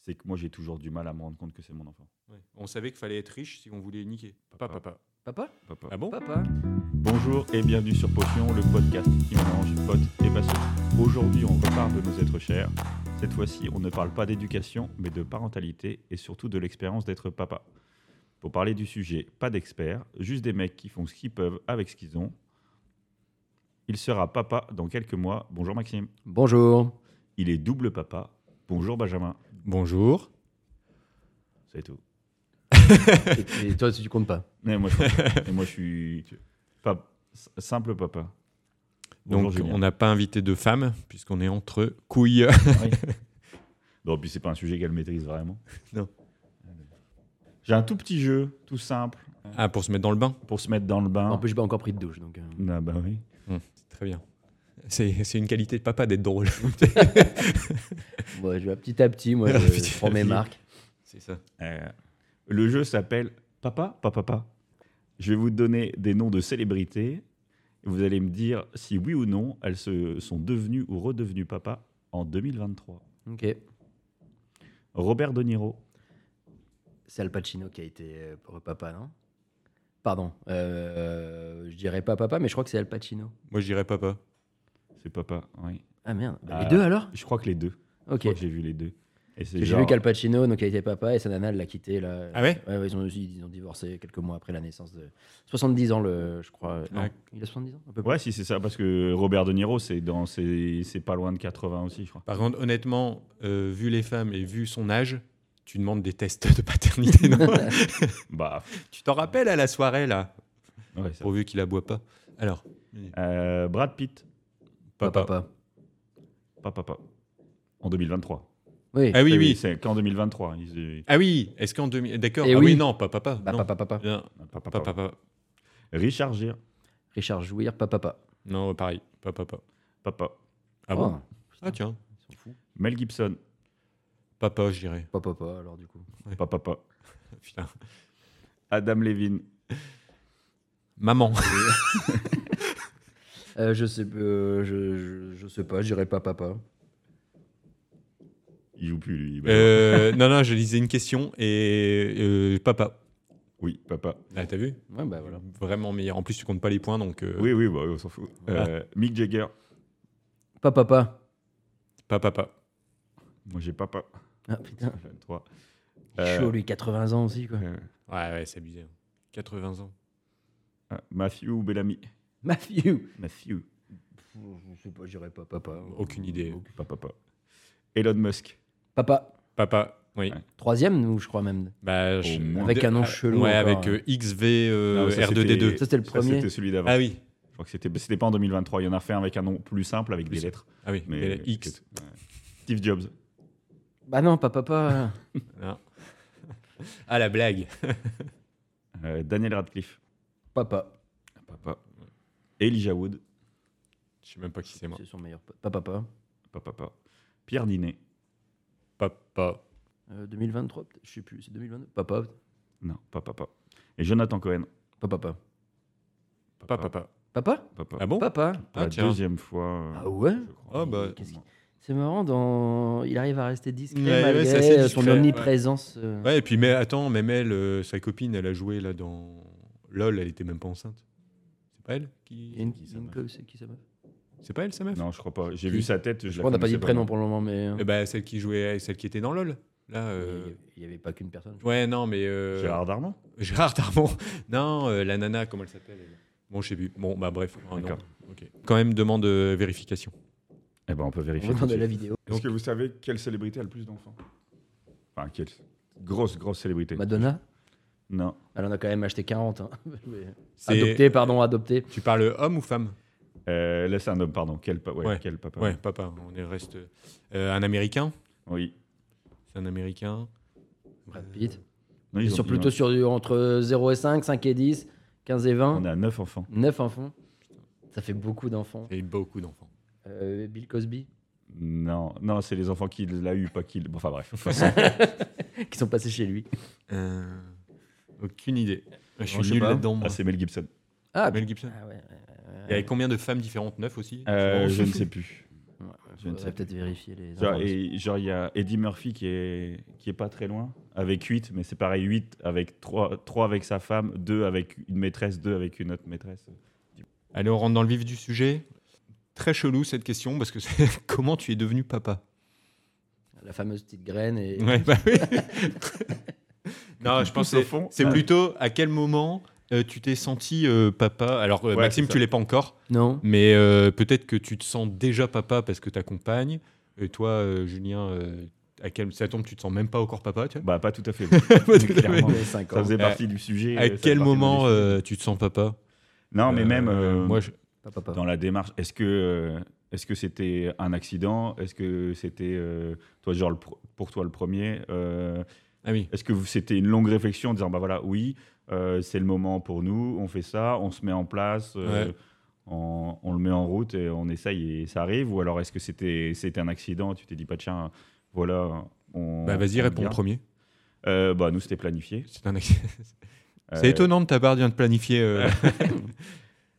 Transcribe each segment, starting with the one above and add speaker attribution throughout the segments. Speaker 1: c'est que moi j'ai toujours du mal à me rendre compte que c'est mon enfant.
Speaker 2: Ouais. On savait qu'il fallait être riche si on voulait niquer.
Speaker 3: Papa, papa.
Speaker 4: Papa
Speaker 1: Papa.
Speaker 3: Ah bon
Speaker 4: Papa
Speaker 1: Bonjour et bienvenue sur Potion, le podcast qui mélange potes et passion. Aujourd'hui, on repart de nos êtres chers. Cette fois-ci, on ne parle pas d'éducation, mais de parentalité et surtout de l'expérience d'être papa. Pour parler du sujet, pas d'experts, juste des mecs qui font ce qu'ils peuvent avec ce qu'ils ont. Il sera papa dans quelques mois. Bonjour Maxime.
Speaker 4: Bonjour.
Speaker 1: Il est double papa. Bonjour Benjamin.
Speaker 3: Bonjour.
Speaker 1: C'est tout.
Speaker 4: et, et toi, tu comptes pas
Speaker 1: Et moi, je, et moi, je suis pap- simple papa. Bonjour,
Speaker 2: Donc
Speaker 1: Julien.
Speaker 2: on n'a pas invité de femmes puisqu'on est entre couilles.
Speaker 1: Oui. Non, puis c'est pas un sujet qu'elle maîtrise vraiment.
Speaker 2: Non.
Speaker 1: J'ai un tout petit jeu, tout simple,
Speaker 2: ah pour se mettre dans le bain.
Speaker 1: pour se mettre dans le bain.
Speaker 4: En plus, j'ai pas encore pris de douche, donc. euh,
Speaker 1: Ah bah oui.
Speaker 2: C'est très bien. C'est c'est une qualité de papa d'être drôle.
Speaker 4: ouais, je vais petit à petit, moi, je,
Speaker 2: Petit
Speaker 4: je prends
Speaker 2: à
Speaker 4: mes
Speaker 2: petit.
Speaker 4: marques.
Speaker 2: C'est ça.
Speaker 1: Euh, le jeu s'appelle Papa, Papa, Papa. Je vais vous donner des noms de célébrités. Et vous allez me dire si oui ou non elles se sont devenues ou redevenues papa en 2023.
Speaker 4: Ok.
Speaker 1: Robert De Niro,
Speaker 4: C'est Al Pacino qui a été euh, pour papa, non Pardon. euh, je dirais pas papa, mais je crois que c'est Al Pacino.
Speaker 2: Moi je dirais papa.
Speaker 1: c'est papa. Oui.
Speaker 4: Ah merde. Bah,
Speaker 1: Ah.
Speaker 4: Les deux alors
Speaker 1: Je crois que les deux. Je
Speaker 4: Ok.
Speaker 1: crois que j'ai vu les deux. Et c'est
Speaker 4: J'ai
Speaker 1: genre-
Speaker 4: vu qu'Al Pacino, donc, a été papa, et sa nana, elle l'a quitté, là.
Speaker 2: Ah ouais
Speaker 4: Ouais, ouais, ils, ont, ils ont divorcé quelques mois après la naissance de. 70 ans, le, je crois. Non,
Speaker 2: Ah.
Speaker 4: il a 70 ans à peu près.
Speaker 1: Ouais, si c'est ça, parce que Robert De Niro, c'est dans, c'est, c'est pas loin de 80 aussi, je crois.
Speaker 2: Par contre honnêtement, euh, vu les femmes et vu son âge, tu demandes des tests de paternité. non
Speaker 1: Bah,
Speaker 2: tu t'en rappelles à la soirée là
Speaker 1: ouais, ça.
Speaker 2: Pourvu qu'il aboie pas. Alors
Speaker 1: Euh, Brad Pitt,
Speaker 4: Pas
Speaker 2: papa.
Speaker 1: pas
Speaker 4: papa.
Speaker 1: papa, en 2023.
Speaker 4: Oui.
Speaker 2: Ah oui
Speaker 1: Ça,
Speaker 2: oui.
Speaker 1: Eh C'est qu'en 2023. ils- euh,
Speaker 2: Ah oui. Est-ce qu'en 2000 D'accord.
Speaker 4: Eh
Speaker 2: ah oui.
Speaker 4: oui.
Speaker 2: non pas papa.
Speaker 4: Pas
Speaker 2: non.
Speaker 4: papa, papa.
Speaker 2: Non,
Speaker 1: pas papa.
Speaker 2: pas papa.
Speaker 1: Richard Gere,
Speaker 4: Richard Jouir, pas papa.
Speaker 2: Non pareil. Pas papa.
Speaker 1: papa.
Speaker 2: Ah
Speaker 4: Oh,
Speaker 2: bon Ah tiens.
Speaker 4: ils sont fous.
Speaker 1: Mel Gibson,
Speaker 2: Papa je dirais.
Speaker 4: Pas papa, alors du coup.
Speaker 1: pas papa.
Speaker 2: Putain.
Speaker 1: Adam Levine,
Speaker 2: Maman.
Speaker 4: Euh, je sais, euh, je, je, je sais pas, je dirais pas papa.
Speaker 1: il joue plus lui. bah.
Speaker 2: Euh, non, non, je lisais une question et euh, papa.
Speaker 1: Oui, papa.
Speaker 2: Ah, t'as vu
Speaker 4: Ouais, bah voilà.
Speaker 2: Vraiment meilleur. En plus, tu comptes pas les points, donc euh, Ah.
Speaker 1: Oui, oui, bah, on s'en fout.
Speaker 2: Voilà.
Speaker 1: Euh, Mick Jagger,
Speaker 4: Pas papa.
Speaker 2: pas papa.
Speaker 1: moi j'ai papa.
Speaker 2: Euh.
Speaker 4: Ah putain,
Speaker 1: 23.
Speaker 4: il est
Speaker 1: Euh,
Speaker 4: chaud lui, 80 ans aussi quoi.
Speaker 1: euh,
Speaker 2: Ouais, ouais, c'est abusé. 80 ans.
Speaker 1: ah, Matthew Bellamy,
Speaker 4: Matthew
Speaker 1: Matthew,
Speaker 4: Je sais pas, je dirais pas papa.
Speaker 2: Aucune idée.
Speaker 1: pas papa. Elon Musk,
Speaker 4: Papa,
Speaker 2: Papa, oui.
Speaker 1: Ouais.
Speaker 4: troisième nous, je crois même.
Speaker 2: Bah, je-
Speaker 1: Au moins.
Speaker 4: Avec un nom
Speaker 2: Ah,
Speaker 4: chelou
Speaker 2: Ouais,
Speaker 4: encore,
Speaker 2: avec
Speaker 4: hein.
Speaker 2: euh, XV euh,
Speaker 1: Non, ça,
Speaker 2: R2D2.
Speaker 4: Ça, c'était le
Speaker 1: ça,
Speaker 4: premier.
Speaker 1: C'était celui d'avant.
Speaker 2: Ah oui,
Speaker 1: Je crois que c'était, c'était pas en 2023. Il y en a fait un avec un nom plus simple avec
Speaker 2: Plus
Speaker 1: des lettres.
Speaker 2: ah oui.
Speaker 1: Mais,
Speaker 2: mais X.
Speaker 1: Ouais. Steve Jobs.
Speaker 4: Bah non, pas papa.
Speaker 2: Non. Ah, la blague.
Speaker 1: Euh, Daniel Radcliffe.
Speaker 4: papa.
Speaker 1: Papa. Elijah Wood.
Speaker 2: Je sais même pas qui c'est moi.
Speaker 4: C'est son meilleur pote. Pas papa.
Speaker 1: Papa. papa. Pierre Ninet.
Speaker 2: Papa.
Speaker 4: Euh, 2023, peut-être, je sais plus, c'est 2022. Papa,
Speaker 1: Non, pas papa. Et Jonathan Cohen.
Speaker 4: pas papa.
Speaker 2: Pas papa.
Speaker 4: Papa
Speaker 1: Papa.
Speaker 2: Ah bon
Speaker 4: Papa
Speaker 1: Pour la
Speaker 2: Ah, tiens.
Speaker 1: deuxième fois. euh,
Speaker 4: Ah ouais
Speaker 1: je crois.
Speaker 2: Ah bah,
Speaker 4: Qu'est-ce C'est marrant, dans... il arrive à rester discret
Speaker 2: Ouais, ouais,
Speaker 4: malgré
Speaker 2: c'est assez
Speaker 4: euh, son
Speaker 2: discret, ouais.
Speaker 4: omniprésence. euh.
Speaker 2: Ouais, et puis, mais attends, même elle, euh, sa copine, elle a joué là dans. LOL, elle était même pas enceinte. C'est pas elle
Speaker 4: Il y a
Speaker 2: qui.
Speaker 4: une,
Speaker 1: qui, ça,
Speaker 4: une
Speaker 1: meuf
Speaker 4: co- c'est qui ça meuf
Speaker 2: C'est pas elle, sa meuf
Speaker 1: Non, je crois pas. J'ai
Speaker 2: Qui
Speaker 1: vu sa tête. Je,
Speaker 4: Je
Speaker 1: la
Speaker 4: crois qu'on n'a pas dit
Speaker 1: connaissais
Speaker 4: de prénom
Speaker 1: moi.
Speaker 4: pour le moment, mais. euh,
Speaker 2: Eh ben, celle qui jouait, celle qui était dans LOL. Là,
Speaker 4: Il
Speaker 2: euh,
Speaker 4: n'y avait pas qu'une personne.
Speaker 2: ouais, non, mais euh,
Speaker 1: Gérard Darmon
Speaker 2: Gérard Darmon. Non, euh, la nana, comment elle s'appelle elle Bon, je sais plus. Bon, bah bref. Ah, non.
Speaker 1: D'accord.
Speaker 2: Ok. Quand même, demande euh, vérification.
Speaker 1: Eh ben, on peut
Speaker 4: On
Speaker 1: vérifier.
Speaker 4: va
Speaker 1: tout de
Speaker 4: de la
Speaker 1: suite.
Speaker 4: vidéo.
Speaker 1: Est-ce que vous savez quelle célébrité a le plus d'enfants Enfin, quelle grosse, grosse célébrité.
Speaker 4: Madonna
Speaker 1: Non.
Speaker 4: Elle en a quand même acheté 40. Hein. Mais-
Speaker 2: C'est-
Speaker 4: Adopté, pardon, adopté.
Speaker 2: Tu parles homme ou femme
Speaker 1: Euh, là, c'est un homme, pardon. Quel, pa- ouais,
Speaker 2: Ouais.
Speaker 1: quel papa
Speaker 2: Ouais, papa. On est reste. euh, un Américain.
Speaker 1: Oui.
Speaker 2: C'est un Américain.
Speaker 4: Brad Pitt.
Speaker 1: Non, ils
Speaker 4: Et
Speaker 1: ont-
Speaker 4: sur
Speaker 1: ils
Speaker 4: plutôt
Speaker 1: ont-
Speaker 4: sur du- entre 0 et 5, 5 et 10, 15 et 20,
Speaker 1: On a neuf enfants.
Speaker 4: 9 enfants. Ça fait beaucoup d'enfants.
Speaker 2: Et beaucoup d'enfants.
Speaker 4: Euh, Bill Cosby,
Speaker 1: Non, non, c'est les enfants qui l'a eu, pas qui. l'- bon, Enfin bref.
Speaker 4: qui sont passés chez lui.
Speaker 2: Euh, aucune idée. Je suis
Speaker 4: je sais
Speaker 2: nul
Speaker 4: pas.
Speaker 2: là-dedans. moi.
Speaker 1: Ah, c'est Mel Gibson.
Speaker 4: Ah,
Speaker 2: Mel Gibson.
Speaker 4: ah ouais, ouais, ouais,
Speaker 2: Il y avait
Speaker 4: ouais.
Speaker 2: combien de femmes différentes Neuf aussi
Speaker 1: Euh,
Speaker 2: Je
Speaker 1: je
Speaker 2: pense.
Speaker 1: ne sais plus.
Speaker 4: Ouais, ouais,
Speaker 1: Je ne sais
Speaker 4: Faudrait peut-être vérifier les.
Speaker 1: Genre,
Speaker 4: informations.
Speaker 1: et, genre, il y a Eddie Murphy qui est, qui est pas très loin, avec 8, mais c'est pareil, 8 avec 3, avec sa femme, 2 avec une maîtresse, 2 avec une autre maîtresse.
Speaker 2: Allez, on rentre dans le vif du sujet. Très chelou cette question parce que c'est comment tu es devenu papa
Speaker 4: La fameuse petite graine et.
Speaker 2: Ouais, bah oui. non, je pense
Speaker 1: pousses au
Speaker 2: que c'est-
Speaker 1: fond.
Speaker 2: c'est
Speaker 1: Ah.
Speaker 2: plutôt à quel moment euh, tu t'es senti euh, papa. Alors, euh,
Speaker 1: Ouais,
Speaker 2: Maxime,
Speaker 1: c'est ça.
Speaker 2: tu l'es pas encore,
Speaker 4: Non.
Speaker 2: mais euh, peut-être que tu te sens déjà papa parce que t'accompagnes. Et toi, euh, Julien, euh, à quel ça tombe, tu te sens même pas encore papa tu vois
Speaker 1: Bah, pas tout à fait.
Speaker 2: Pas tout à fait.
Speaker 1: Clairement.
Speaker 4: Vous avez cinq
Speaker 1: Ça
Speaker 4: ans.
Speaker 1: faisait
Speaker 2: Euh,
Speaker 1: partie du sujet.
Speaker 2: À
Speaker 1: euh, ça
Speaker 2: quel
Speaker 1: faisait partie
Speaker 2: moment
Speaker 1: du sujet.
Speaker 2: euh, tu te sens papa
Speaker 1: Non, mais
Speaker 2: Euh,
Speaker 1: même euh,
Speaker 2: moi, je-
Speaker 4: Pas, pas, pas.
Speaker 1: dans la démarche, est-ce que euh, est-ce que c'était un accident Est-ce que c'était euh, toi, genre le pro- pour toi le premier Euh,
Speaker 2: ah oui.
Speaker 1: Est-ce que vous- c'était une longue réflexion en disant bah voilà oui euh, c'est le moment pour nous on fait ça on se met en place euh,
Speaker 2: Ouais.
Speaker 1: on, on le met en route et on essaye et ça arrive ou alors est-ce que c'était c'était un accident tu t'es dit pas tiens voilà on
Speaker 2: Bah vas-y,
Speaker 1: on
Speaker 2: réponds
Speaker 1: vient.
Speaker 2: premier.
Speaker 1: Euh, bah nous c'était planifié
Speaker 2: C'est un acc- C'est
Speaker 1: Euh,
Speaker 2: étonnant de ta part de bien de planifier. euh,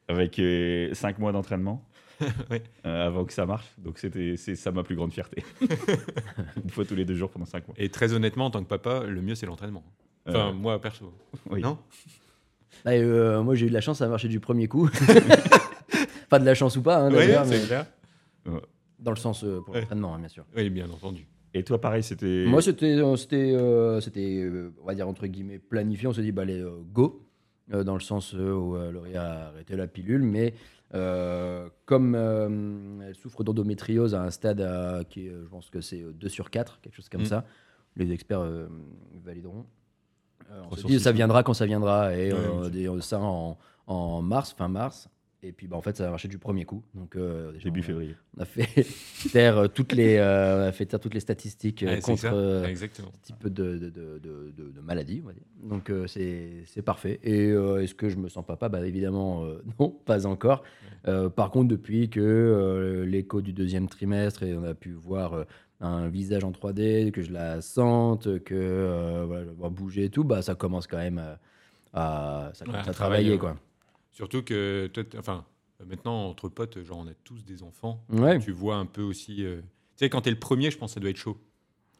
Speaker 1: avec euh, cinq mois d'entraînement
Speaker 2: Ouais.
Speaker 1: euh, avant que ça marche donc c'était c'est ça ma plus grande fierté une fois tous les deux jours pendant cinq mois
Speaker 2: Et très honnêtement, en tant que papa, le mieux c'est l'entraînement. Enfin,
Speaker 1: Euh,
Speaker 2: moi perso.
Speaker 1: oui.
Speaker 2: Non
Speaker 4: Bah, euh, moi, j'ai eu de la chance, ça a marché du premier coup. pas de la chance ou pas, hein,
Speaker 2: Oui,
Speaker 4: d'ailleurs,
Speaker 2: c'est
Speaker 4: mais
Speaker 2: clair.
Speaker 4: dans le sens euh, pour
Speaker 2: Ouais.
Speaker 4: l'entraînement, hein, bien sûr.
Speaker 2: Oui, bien entendu.
Speaker 1: et toi pareil c'était
Speaker 4: Moi, c'était, on- c'était, euh, c'était, euh, on va dire entre guillemets planifié. On s'est dit, bah allez, euh, go, Euh, dans le sens euh, où euh, Laurie a arrêté la pilule, mais euh, comme euh, elle souffre d'endométriose à un stade euh, qui, est, euh, je pense que c'est euh, 2 sur 4, quelque chose comme
Speaker 2: Mm.
Speaker 4: ça, les experts euh, valideront. Euh, on
Speaker 2: Trois
Speaker 4: se
Speaker 2: sur
Speaker 4: dit,
Speaker 2: six,
Speaker 4: ça
Speaker 2: quoi.
Speaker 4: viendra quand ça viendra, et
Speaker 2: Ouais,
Speaker 4: euh,
Speaker 2: ok.
Speaker 4: des- euh, ça en, en mars, fin mars. Et puis, bah, en fait, ça a marché du premier coup. Donc, euh, déjà,
Speaker 1: début
Speaker 4: on-
Speaker 1: février
Speaker 4: on a fait taire euh, toutes les, euh, on a fait taire toutes les statistiques euh,
Speaker 2: Ouais, c'est
Speaker 4: contre
Speaker 2: ça.
Speaker 4: euh,
Speaker 2: Exactement.
Speaker 4: un petit peu de, de, de, de- de- de maladie, on va dire. Donc euh, c'est c'est parfait. Et euh, est-ce que je me sens papa Bah évidemment euh, non, pas encore. Euh, par contre, depuis que euh, l'écho du deuxième trimestre et on a pu voir euh, un visage en 3D, que je la sente, que euh, voilà, je la vois bouger et tout, bah ça commence quand même euh, à, ça commence
Speaker 2: à
Speaker 4: à
Speaker 2: travailler,
Speaker 4: travailler quoi.
Speaker 2: Surtout que toi, t'es- enfin, euh, maintenant entre potes, genre on a tous des enfants.
Speaker 4: Ouais.
Speaker 2: Tu vois un peu aussi. euh, Tu sais, quand t'es le premier, je pense que ça doit être chaud.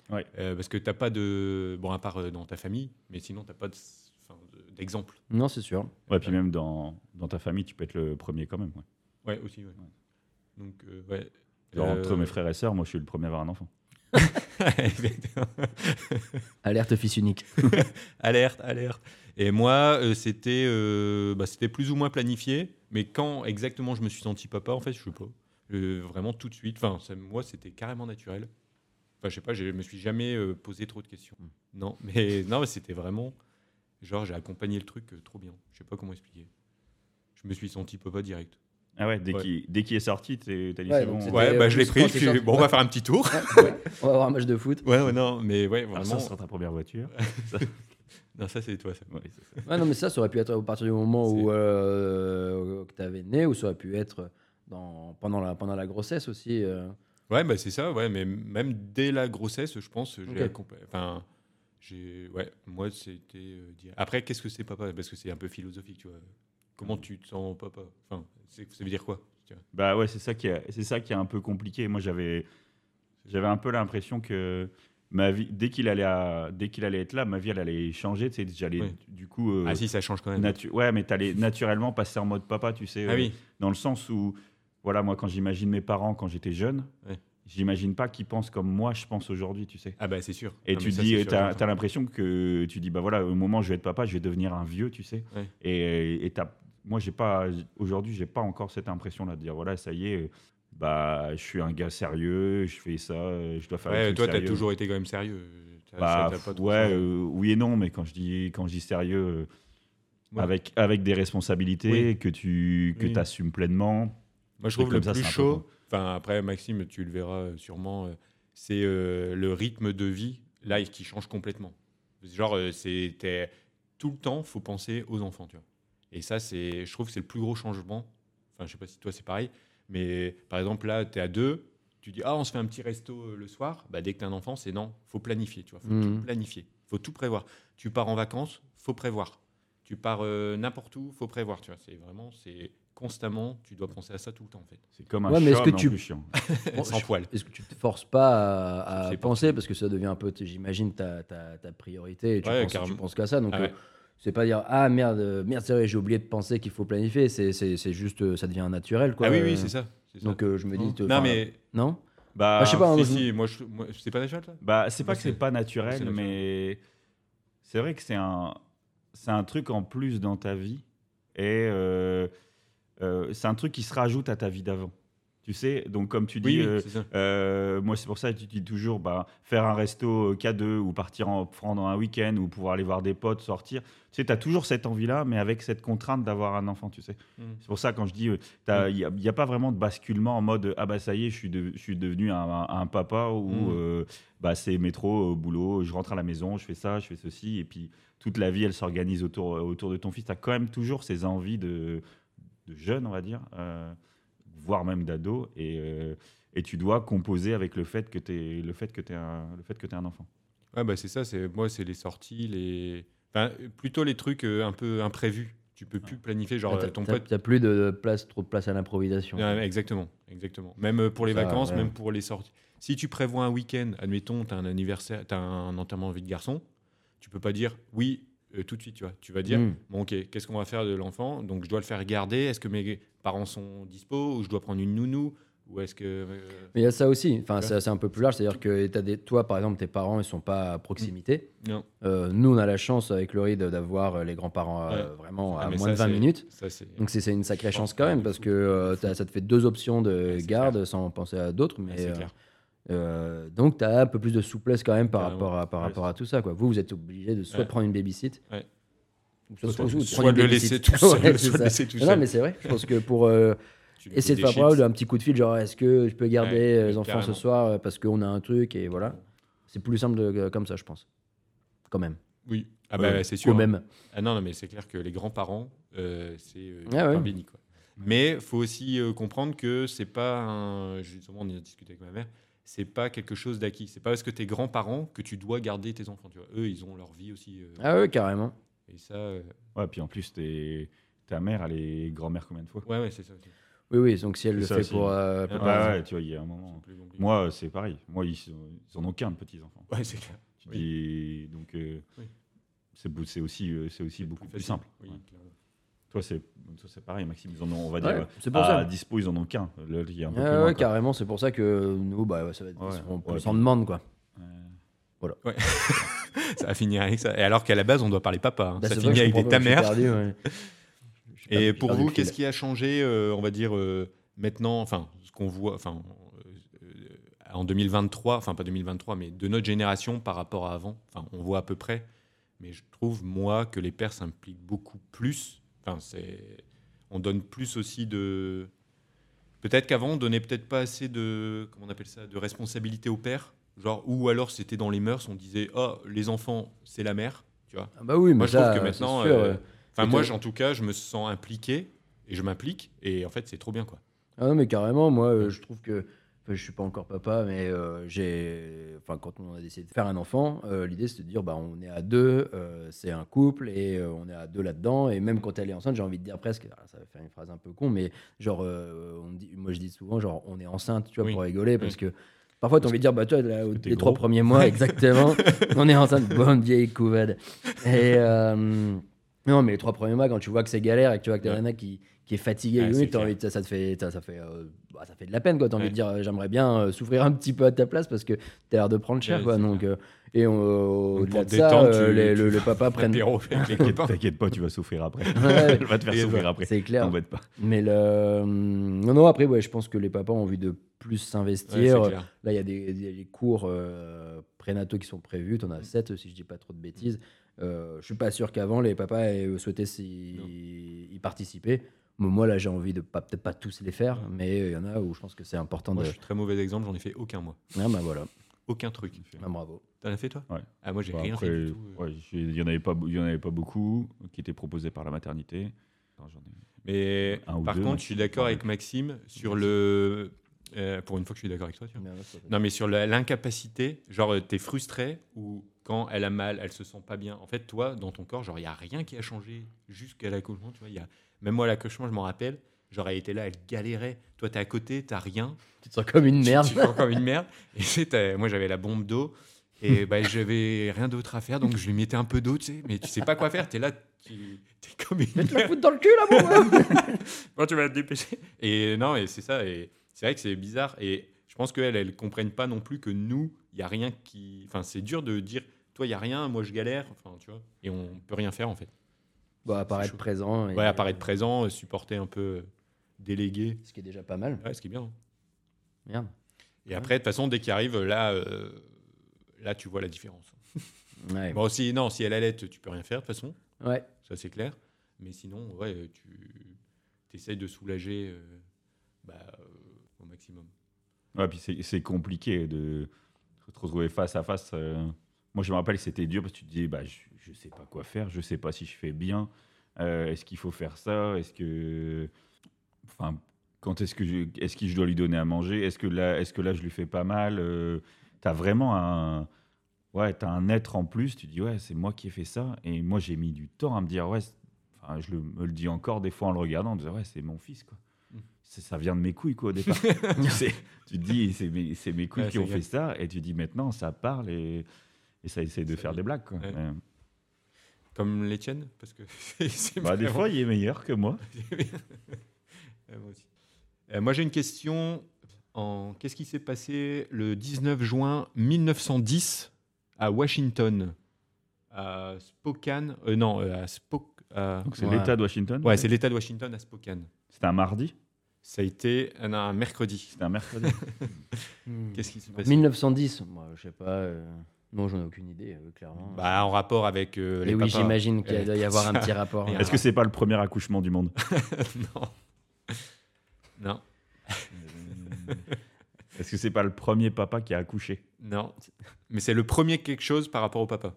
Speaker 1: Ouais.
Speaker 2: Euh, parce que t'as pas de bon à part euh, dans ta famille, mais sinon t'as pas de- enfin, de- d'exemple.
Speaker 4: Non, c'est sûr.
Speaker 1: ouais puis même dans, dans ta famille tu peux être le premier quand même ouais.
Speaker 2: Ouais, aussi. ouais. Donc euh, ouais.
Speaker 1: Genre,
Speaker 2: Euh,
Speaker 1: entre mes frères et sœurs moi je suis le premier à avoir un enfant
Speaker 2: Exactement.
Speaker 4: Alerte fils unique.
Speaker 2: Alerte, alerte. Et moi, euh, c'était euh, bah, c'était plus ou moins planifié, mais quand exactement je me suis senti papa, en fait, je sais pas. Euh, vraiment tout de suite. Enfin, ça- moi, c'était carrément naturel. Enfin, je sais pas, je me suis jamais euh, posé trop de questions. Non, mais non, mais c'était vraiment. Genre, j'ai accompagné le truc euh, trop bien. Je sais pas comment expliquer. Je me suis senti papa direct.
Speaker 1: Ah ouais, dès
Speaker 2: Ouais.
Speaker 1: qu'il dès qu'il est sorti, t'es- t'as dit
Speaker 4: Ouais,
Speaker 1: c'est
Speaker 4: donc
Speaker 1: bon.
Speaker 4: c'était-
Speaker 1: Ouais.
Speaker 2: Ouais, bah,
Speaker 4: euh,
Speaker 2: je l'ai
Speaker 4: plus
Speaker 2: pris.
Speaker 4: quand
Speaker 2: je
Speaker 4: c'est
Speaker 2: suis-
Speaker 4: sorti-
Speaker 2: Bon, on va faire un petit tour. Ah,
Speaker 4: on va avoir un match de foot.
Speaker 2: Ouais, ouais, non, mais ouais,
Speaker 1: Alors
Speaker 2: vraiment.
Speaker 1: Ah, ça, ce sera ta première voiture.
Speaker 2: non, ça, c'est toi, ça.
Speaker 1: Ouais, c'est ça.
Speaker 4: Ouais, non, mais ça, ça aurait pu être à partir du moment
Speaker 2: C'est-
Speaker 4: où euh, Octave est né, ou ça aurait pu être dans, pendant, la, pendant la grossesse aussi. euh.
Speaker 2: Ouais, bah c'est ça, ouais, mais même dès la grossesse, je pense, j'ai
Speaker 4: Ok.
Speaker 2: accompa- Enfin, j'ai. Ouais, moi, c'était. euh, dire- Après, qu'est-ce que c'est papa Parce que c'est un peu philosophique, tu vois. Comment tu te sens papa Enfin, c'est- ça veut dire quoi tu vois
Speaker 1: Bah ouais, c'est ça qui est c'est ça qui est un peu compliqué. Moi j'avais j'avais un peu l'impression que ma vie dès qu'il allait à- dès qu'il allait être là, ma vie elle allait changer. Tu sais, j'allais
Speaker 2: Ouais.
Speaker 1: du coup. euh,
Speaker 2: Ah si, ça change quand même.
Speaker 1: natu- ouais, mais t'allais naturellement passer en mode papa, tu sais.
Speaker 2: Ah
Speaker 1: euh,
Speaker 2: oui,
Speaker 1: Dans le sens où voilà, moi quand j'imagine mes parents quand j'étais jeune,
Speaker 2: Ouais.
Speaker 1: j'imagine pas qu'ils pensent comme moi je pense aujourd'hui, tu sais.
Speaker 2: ah bah c'est sûr.
Speaker 1: Et
Speaker 2: Non,
Speaker 1: tu
Speaker 2: mais ça,
Speaker 1: dis, euh,
Speaker 2: c'est sûr,
Speaker 1: tu as,
Speaker 2: j'entends.
Speaker 1: l'impression que tu dis, bah voilà, au moment où je vais être papa, je vais devenir un vieux, tu sais.
Speaker 2: Ouais.
Speaker 1: Et, et t'as- moi, j'ai pas, aujourd'hui, j'ai pas encore cette impression-là de dire, voilà, ça y est, euh, bah, je suis un gars sérieux, je fais ça, euh, je dois faire. des
Speaker 2: Ouais,
Speaker 1: trucs
Speaker 2: toi, t'as
Speaker 1: sérieux.
Speaker 2: toujours été quand même sérieux. euh, t'as-
Speaker 1: Bah,
Speaker 2: ça, t'as pas trop hein.
Speaker 1: ouais,
Speaker 2: changé.
Speaker 1: euh, oui et non, mais quand je dis, quand je dis sérieux, euh,
Speaker 2: Ouais.
Speaker 1: avec avec des responsabilités que tu que
Speaker 2: Oui.
Speaker 1: t'assumes pleinement.
Speaker 2: Moi, je
Speaker 1: Truc
Speaker 2: trouve le
Speaker 1: comme ça,
Speaker 2: plus
Speaker 1: c'est un peu
Speaker 2: chaud. Enfin, après, Maxime, tu le verras euh, sûrement. euh, c'est euh, le rythme de vie, là, qui change complètement. Genre, euh, c'est t'es- tout le temps, faut penser aux enfants, tu vois. Et ça, c'est, je trouve, que c'est le plus gros changement. Enfin, je sais pas si toi c'est pareil, mais par exemple là, t'es à deux, tu dis ah, on se fait un petit resto euh, le soir. Bah, dès que t'as un enfant, c'est non, faut planifier, tu vois, faut
Speaker 4: Mhm.
Speaker 2: tout planifier, faut tout prévoir. Tu pars en vacances, faut prévoir. Tu pars euh, n'importe où, faut prévoir, tu vois. C'est vraiment, c'est constamment, tu dois penser à ça tout le temps en fait.
Speaker 1: C'est comme un
Speaker 4: Ouais,
Speaker 1: chat,
Speaker 4: mais est-ce que
Speaker 1: en
Speaker 4: tu-
Speaker 1: plus chiant.
Speaker 4: Bon,
Speaker 2: Sans
Speaker 4: je-
Speaker 2: poil.
Speaker 4: Est-ce que tu te forces pas à, à
Speaker 2: C'est pas
Speaker 4: penser parce que ça devient un peu, tu- j'imagine, ta, ta, ta priorité et tu,
Speaker 2: Ouais,
Speaker 4: penses, tu
Speaker 2: carrément.
Speaker 4: penses qu'à ça. Donc,
Speaker 2: Ah ouais.
Speaker 4: euh, c'est pas dire ah merde, euh, merde, c'est vrai, j'ai oublié de penser qu'il faut planifier. C'est- C'est c'est juste, euh, ça devient un naturel quoi.
Speaker 2: ah oui,
Speaker 4: Euh,
Speaker 2: oui, c'est ça. c'est ça.
Speaker 4: Donc, euh, je me dis, te-
Speaker 2: non,
Speaker 4: enfin,
Speaker 2: mais
Speaker 4: non.
Speaker 1: Bah,
Speaker 4: Ah, je sais pas, hein,
Speaker 2: si,
Speaker 4: je-
Speaker 2: si, moi, je, moi, c'est pas naturel, là
Speaker 1: Bah, c'est pas
Speaker 2: Moi,
Speaker 1: que c'est
Speaker 2: c'est-
Speaker 1: pas
Speaker 2: c'est
Speaker 1: naturel,
Speaker 2: naturel.
Speaker 1: mais c'est vrai que c'est un, c'est un truc en plus dans ta vie. Et euh, euh, c'est un truc qui se rajoute à ta vie d'avant. Tu sais, donc comme tu dis,
Speaker 2: Oui, oui,
Speaker 1: euh,
Speaker 2: c'est ça.
Speaker 1: euh, moi c'est pour ça que tu dis toujours bah, faire un resto euh, K2 ou partir en prendre un week-end ou pouvoir aller voir des potes, sortir. Tu sais, tu as toujours cette envie-là, mais avec cette contrainte d'avoir un enfant, tu sais.
Speaker 2: Mm.
Speaker 4: hmm.
Speaker 1: C'est pour ça quand je dis, il n'y a, pas vraiment de basculement en mode ah bah ça y est, je suis, de- je suis devenu un, un- un papa ou
Speaker 2: Mm.
Speaker 1: euh, bah c'est métro, euh, boulot, je rentre à la maison, je fais ça, je fais ceci, et puis toute la vie elle s'organise autour, euh, autour de ton fils. Tu as quand même toujours ces envies de, de jeune, on va dire, euh, voire même d'ado, et, euh, et tu dois composer avec le fait que tu es, le fait que t'es un, le fait que t'es un enfant.
Speaker 2: Ouais, bah, c'est ça, c'est, moi, c'est les sorties, les... Enfin, euh, plutôt les trucs euh, un peu imprévus. Tu peux plus planifier, genre,
Speaker 4: Ah, t'as-
Speaker 2: euh, ton
Speaker 4: t'as-
Speaker 2: pote...
Speaker 4: T'as plus de place, trop de place à l'improvisation.
Speaker 2: Ouais, Ah, exactement, exactement. Même euh, pour les
Speaker 4: euh, Ça,
Speaker 2: vacances,
Speaker 4: ouais.
Speaker 2: même pour les sorties. Si tu prévois un week-end, admettons, t'as un anniversaire, t'as un enterrement de vie de garçon, tu peux pas dire oui euh, tout de suite, tu vois. Tu vas dire,
Speaker 4: Mm.
Speaker 2: bon, ok, qu'est-ce qu'on va faire de l'enfant Donc, je dois le faire garder. Est-ce que mes parents sont dispo Ou je dois prendre une nounou Ou est-ce que. euh,
Speaker 4: Mais il y a ça aussi. Enfin,
Speaker 2: Tu
Speaker 4: ça, c'est un peu plus large. C'est-à-dire que t'as des, toi, par exemple, tes parents, ils sont pas à proximité.
Speaker 2: Non.
Speaker 4: Euh, nous, on a la chance avec le RID d'avoir euh, les grands-parents euh,
Speaker 2: Ouais.
Speaker 4: vraiment
Speaker 2: Ah,
Speaker 4: à
Speaker 2: mais
Speaker 4: moins
Speaker 2: ça,
Speaker 4: de 20
Speaker 2: c'est-
Speaker 4: minutes.
Speaker 2: Ça, c'est.
Speaker 4: Donc c'est c'est une sacrée
Speaker 2: Je
Speaker 4: chance
Speaker 2: pense
Speaker 4: quand
Speaker 2: pas
Speaker 4: même
Speaker 2: du
Speaker 4: parce
Speaker 2: tout.
Speaker 4: que euh, t'as- ça te fait deux options de
Speaker 2: Ouais, c'est
Speaker 4: garde sans penser à d'autres.
Speaker 2: Ouais,
Speaker 4: Mais
Speaker 2: c'est
Speaker 4: euh,
Speaker 2: clair.
Speaker 4: euh, donc tu as un peu plus de souplesse quand même par
Speaker 2: Carrément.
Speaker 4: rapport à, par
Speaker 1: Ouais,
Speaker 4: rapport à tout ça. Quoi. Vous, vous êtes obligé de soit
Speaker 2: Ouais.
Speaker 4: prendre une babysit.
Speaker 2: Ouais.
Speaker 4: ou soit-
Speaker 2: Soit-
Speaker 4: ou de
Speaker 2: soit
Speaker 4: prendre une
Speaker 2: de le
Speaker 4: babysit.
Speaker 2: laisser tout seul,
Speaker 4: Ouais,
Speaker 2: soit
Speaker 4: c'est
Speaker 2: de
Speaker 4: ça.
Speaker 2: laisser tout
Speaker 4: Non,
Speaker 2: seul.
Speaker 4: Non, mais c'est vrai. Je pense que pour euh,
Speaker 2: Tu lui
Speaker 4: essayer de
Speaker 2: coupes
Speaker 4: faire
Speaker 2: des
Speaker 4: preuve
Speaker 2: chips.
Speaker 4: d'un petit coup de fil, genre est-ce que je peux garder
Speaker 2: Ouais,
Speaker 4: euh, les
Speaker 2: mais
Speaker 4: enfants
Speaker 2: carrément.
Speaker 4: ce soir euh, parce qu'on a un truc et voilà. C'est plus simple de- comme ça, je pense. Quand même.
Speaker 2: Oui. Ah
Speaker 1: Ouais,
Speaker 2: bah, c'est sûr.
Speaker 4: Quand même.
Speaker 2: Ah non, non, mais c'est clair que les grands-parents, euh, c'est euh,
Speaker 4: Ah ouais.
Speaker 2: pain béni, quoi. Mais faut aussi euh, comprendre que c'est pas un. Justement, on y a discuté avec ma mère. C'est pas quelque chose d'acquis. C'est pas parce que t'es grands-parents que tu dois garder tes enfants. Tu vois, eux, ils ont leur vie aussi. euh,
Speaker 4: Ah ouais, carrément.
Speaker 2: Et ça, euh,
Speaker 1: Ouais, puis en plus, t'es- ta mère, elle est grand-mère combien de fois
Speaker 2: ouais, ouais, c'est ça. aussi.
Speaker 4: Oui, oui. Donc si elle
Speaker 1: C'est
Speaker 4: le
Speaker 1: ça
Speaker 4: fait
Speaker 1: aussi.
Speaker 4: pour. euh,
Speaker 2: Ah
Speaker 4: pour-
Speaker 1: Ouais, ouais, tu vois, il y a un moment.
Speaker 2: C'est plus compliqué.
Speaker 1: Moi, euh, c'est pareil. Moi, ils, sont- ils en ont qu'un de petits-enfants.
Speaker 2: ouais, c'est clair.
Speaker 1: Tu dis- donc, euh,
Speaker 2: Oui.
Speaker 1: c'est bou- c'est aussi, euh, c'est aussi beaucoup
Speaker 2: Plus
Speaker 1: plus,
Speaker 2: facile.
Speaker 1: simple.
Speaker 2: Oui,
Speaker 1: Ouais.
Speaker 2: clairement.
Speaker 1: Toi, c'est toi, c'est pareil, Maxime. Ils en ont, on va
Speaker 4: Ouais,
Speaker 1: dire,
Speaker 4: c'est
Speaker 2: Ah,
Speaker 4: pour
Speaker 1: à
Speaker 4: ça. Ah
Speaker 1: dispo, ils en ont qu'un. Le- il y a un peu
Speaker 4: Ouais,
Speaker 1: plus loin,
Speaker 4: ouais,
Speaker 1: quoi.
Speaker 4: carrément, c'est pour ça que nous, bah, ouais, ça va être,
Speaker 1: Ouais,
Speaker 4: on,
Speaker 1: ouais,
Speaker 4: s'en
Speaker 1: puis-
Speaker 4: demande quoi.
Speaker 1: Euh,
Speaker 2: Ça va finir avec ça. Et alors qu'à la base, on doit parler papa. hein.
Speaker 4: Bah,
Speaker 2: ça
Speaker 4: c'est
Speaker 2: finit
Speaker 4: vrai que je
Speaker 2: avec des
Speaker 4: comprends
Speaker 2: ta
Speaker 4: pas, je suis
Speaker 2: mère.
Speaker 4: perdu, hein. ouais. Je suis perdu,
Speaker 2: Et
Speaker 4: j'ai
Speaker 2: pour
Speaker 4: perdu
Speaker 2: vous,
Speaker 4: le fil.
Speaker 2: qu'est-ce qui a changé, euh, on va dire, euh, maintenant, enfin, ce qu'on voit, enfin, euh, euh, en 2023, enfin, pas 2023, mais de notre génération par rapport à avant, enfin, on voit à peu près, mais je trouve, moi, que les pères s'impliquent beaucoup plus, enfin, c'est. On donne plus aussi de. Peut-être qu'avant, on donnait peut-être pas assez de. Comment on appelle ça De responsabilité aux pères. Genre, ou alors c'était dans les mœurs, on disait, oh, les enfants, c'est la mère, tu vois.
Speaker 4: Ah Bah oui, mais
Speaker 2: Moi, je
Speaker 4: ça,
Speaker 2: trouve que
Speaker 4: c'est
Speaker 2: maintenant,
Speaker 4: sûr,
Speaker 2: euh,
Speaker 4: ouais.
Speaker 2: Enfin,
Speaker 4: Et
Speaker 2: moi,
Speaker 4: toi-
Speaker 2: j'- en tout cas, je me sens impliqué et je m'implique. Et en fait, c'est trop bien, quoi.
Speaker 4: Ah non, mais carrément, moi, euh, je trouve que. enfin, je suis pas encore papa, mais euh, j'ai. Enfin, quand on a décidé de faire un enfant, euh, l'idée c'est de dire, bah, on est à deux, euh, c'est un couple et euh, on est à deux là-dedans. Et même quand elle est enceinte, j'ai envie de dire presque, ah, ça va faire une phrase un peu con, mais genre, euh, on dit, moi je dis souvent, genre, on est enceinte, tu vois,
Speaker 2: Oui.
Speaker 4: pour rigoler, parce que parfois t'as envie de dire, bah, toi, là,
Speaker 1: Mm. que t'es
Speaker 4: les trois
Speaker 1: gros.
Speaker 4: premiers mois, exactement, on est enceinte, bonne vieille couvade. Et. euh, non, mais les trois premiers mois, quand tu vois que c'est galère et que tu vois que t'as
Speaker 2: Ouais.
Speaker 4: Nana qui, qui est fatiguée,
Speaker 2: Ouais,
Speaker 4: limite,
Speaker 2: c'est
Speaker 4: t'as
Speaker 2: clair.
Speaker 4: envie de- ça, ça te fait, ça, ça fait, euh, bah, ça fait de la peine, quoi. T'as envie
Speaker 2: Ouais.
Speaker 4: de dire, euh, j'aimerais bien euh, souffrir un petit peu à ta place parce que t'as l'air de prendre cher,
Speaker 2: Ouais,
Speaker 4: quoi.
Speaker 2: c'est
Speaker 4: Donc, euh, et on-
Speaker 2: pour
Speaker 4: au-delà
Speaker 2: te
Speaker 4: de ça,
Speaker 2: détendre,
Speaker 4: euh,
Speaker 2: tu-
Speaker 4: les,
Speaker 2: tu
Speaker 4: le, le papa prenne.
Speaker 2: Apéro avec les
Speaker 1: T'inquiète
Speaker 2: copains.
Speaker 1: t'inquiète pas, tu vas souffrir après.
Speaker 4: Ouais,
Speaker 1: Elle va te faire
Speaker 2: Et
Speaker 1: souffrir
Speaker 2: ouais.
Speaker 1: après.
Speaker 4: C'est clair.
Speaker 1: T'embête pas.
Speaker 4: Mais le... non, non, après, ouais, je pense que les papas ont envie de plus
Speaker 2: Ouais, c'est
Speaker 4: s'investir.
Speaker 2: clair.
Speaker 4: Là, il y a des, des- des cours euh, prénataux qui sont prévus.
Speaker 2: Mmh.
Speaker 4: Tu en as 7, si je dis pas trop de bêtises. Euh, je suis pas sûr qu'avant, les papas aient euh, souhaité
Speaker 2: Non.
Speaker 4: s'y y participer. Mais moi, là, j'ai envie de pas- peut-être pas tous les faire,
Speaker 2: Ouais.
Speaker 4: mais il y en a où je pense que c'est important
Speaker 2: Mmh. Moi,
Speaker 4: de.
Speaker 2: je Mmh. suis très mauvais exemple. J'en ai fait aucun, moi.
Speaker 4: Ah, bah voilà.
Speaker 2: Aucun truc.
Speaker 4: Ah, bravo.
Speaker 2: T'en as fait, toi
Speaker 1: Ouais.
Speaker 2: Ah, moi, j'ai
Speaker 1: Bah,
Speaker 2: rien
Speaker 1: après,
Speaker 2: fait du tout. euh.
Speaker 1: ouais, j'ai- il y en avait pas, il y en avait pas beaucoup qui étaient proposés par la maternité. Attends, j'en ai-
Speaker 2: Mais
Speaker 1: Un ou
Speaker 2: par
Speaker 1: deux,
Speaker 2: contre,
Speaker 1: max.
Speaker 2: je suis d'accord avec Maxime sur le. euh, pour une fois que je suis d'accord avec toi, tu vois.
Speaker 4: Mais, ouais, ça peut-
Speaker 2: Non, mais sur la- l'incapacité, genre, euh, t'es frustré ou quand elle a mal, elle se sent pas bien. En fait, toi, dans ton corps, genre, il n'y a rien qui a changé jusqu'à l'accouchement, tu vois. y a- Même moi, à l'accouchement, je m'en rappelle, J'aurais été là, elle galérait. Toi, t'es à côté, t'as rien.
Speaker 4: Tu te sens comme une
Speaker 2: Tu-
Speaker 4: merde.
Speaker 2: Tu, te sens comme une merde. Et c'était- moi, j'avais la bombe d'eau. Et bah, j'avais rien d'autre à faire, donc je lui mettais un peu d'eau, tu sais. Mais tu sais pas quoi faire. T'es là, tu es comme une
Speaker 4: Mais tu la
Speaker 2: merde.
Speaker 4: foutre dans le cul hein. là, mon gars.
Speaker 2: Bon, tu vas te dépêcher. Et non, et c'est ça. Et c'est vrai que c'est bizarre. Et je pense qu'elles, elles comprennent pas non plus que nous, il y a rien qui. Enfin, c'est dur de dire, toi, il y a rien, moi, je galère. Enfin, tu vois. Et on peut rien faire, en fait.
Speaker 4: Bon, Bah, apparaître
Speaker 2: chaud.
Speaker 4: présent. et-
Speaker 2: Ouais, apparaître présent, euh, supporter un peu, euh, déléguer.
Speaker 4: Ce qui est déjà pas mal.
Speaker 2: Ouais, ce qui est bien. hein.
Speaker 4: Merde.
Speaker 2: Et après, de toute façon, dès qu'il arrive, là, euh, là, tu vois la différence.
Speaker 4: Ouais.
Speaker 2: Bon, si, non, si elle allait, tu tu peux rien faire, de toute façon.
Speaker 4: Ouais.
Speaker 2: Ça, c'est clair. Mais sinon, ouais, tu essayes de soulager euh, bah, euh, au maximum.
Speaker 1: Ouais, puis c'est- c'est compliqué de se retrouver face à face. euh. Moi, je me rappelle que c'était dur parce que tu te dis, bah, je, je sais pas quoi faire, je sais pas si je fais bien. euh, est-ce qu'il faut faire ça Est-ce que, enfin, quand est-ce que je, est-ce que je dois lui donner à manger Est-ce que là, est-ce que là, je lui fais pas mal Euh, T'as vraiment un, ouais, t'as un être en plus. Tu dis, ouais, c'est moi qui ai fait ça. Et moi, j'ai mis du temps à me dire, ouais, c'est- enfin, je le, me le dis encore des fois en le regardant, en disant, ouais, c'est mon fils, quoi.
Speaker 2: Mm.
Speaker 1: C'est- Ça vient de mes couilles, quoi, au départ. Tu sais, tu te dis, c'est mes, c'est mes couilles
Speaker 2: Ouais,
Speaker 1: qui
Speaker 2: c'est
Speaker 1: ont
Speaker 2: clair.
Speaker 1: fait ça, et tu dis maintenant, ça parle et, et ça essaie de
Speaker 2: Ça
Speaker 1: faire
Speaker 2: vit.
Speaker 1: des blagues. Quoi.
Speaker 2: Ouais.
Speaker 1: Euh,
Speaker 2: Comme les tiennes, parce que c'est- c'est
Speaker 1: bah, des
Speaker 2: vraiment-
Speaker 1: fois, il est meilleur que moi.
Speaker 2: Euh, moi aussi. Euh, moi, j'ai une question. En... Qu'est-ce qui s'est passé le 19 juin 1910 à Washington À Spokane euh, Non, euh, à Spokane.
Speaker 1: Donc, c'est
Speaker 4: Ouais.
Speaker 1: l'État de Washington.
Speaker 2: Ouais, c'est l'État de Washington à Spokane.
Speaker 1: C'était un mardi,
Speaker 2: Ça a été un, un mercredi.
Speaker 1: c'était un mercredi.
Speaker 2: Mmh. Qu'est-ce qui s'est passé
Speaker 4: 1910. Moi, je sais pas. euh, Non, j'en ai aucune idée, euh, clairement.
Speaker 2: bah, En rapport avec euh,
Speaker 4: Et
Speaker 1: Eh
Speaker 2: les
Speaker 4: oui,
Speaker 2: papas.
Speaker 4: j'imagine qu'il y a-
Speaker 2: Euh,
Speaker 4: doit y avoir un
Speaker 2: ça-
Speaker 4: petit rapport. hein.
Speaker 2: Et
Speaker 1: Est-ce que c'est pas le premier accouchement du monde
Speaker 2: non. non.
Speaker 1: Est-ce que c'est pas le premier papa qui a accouché
Speaker 2: Non. Mais c'est le premier quelque chose par rapport au papa.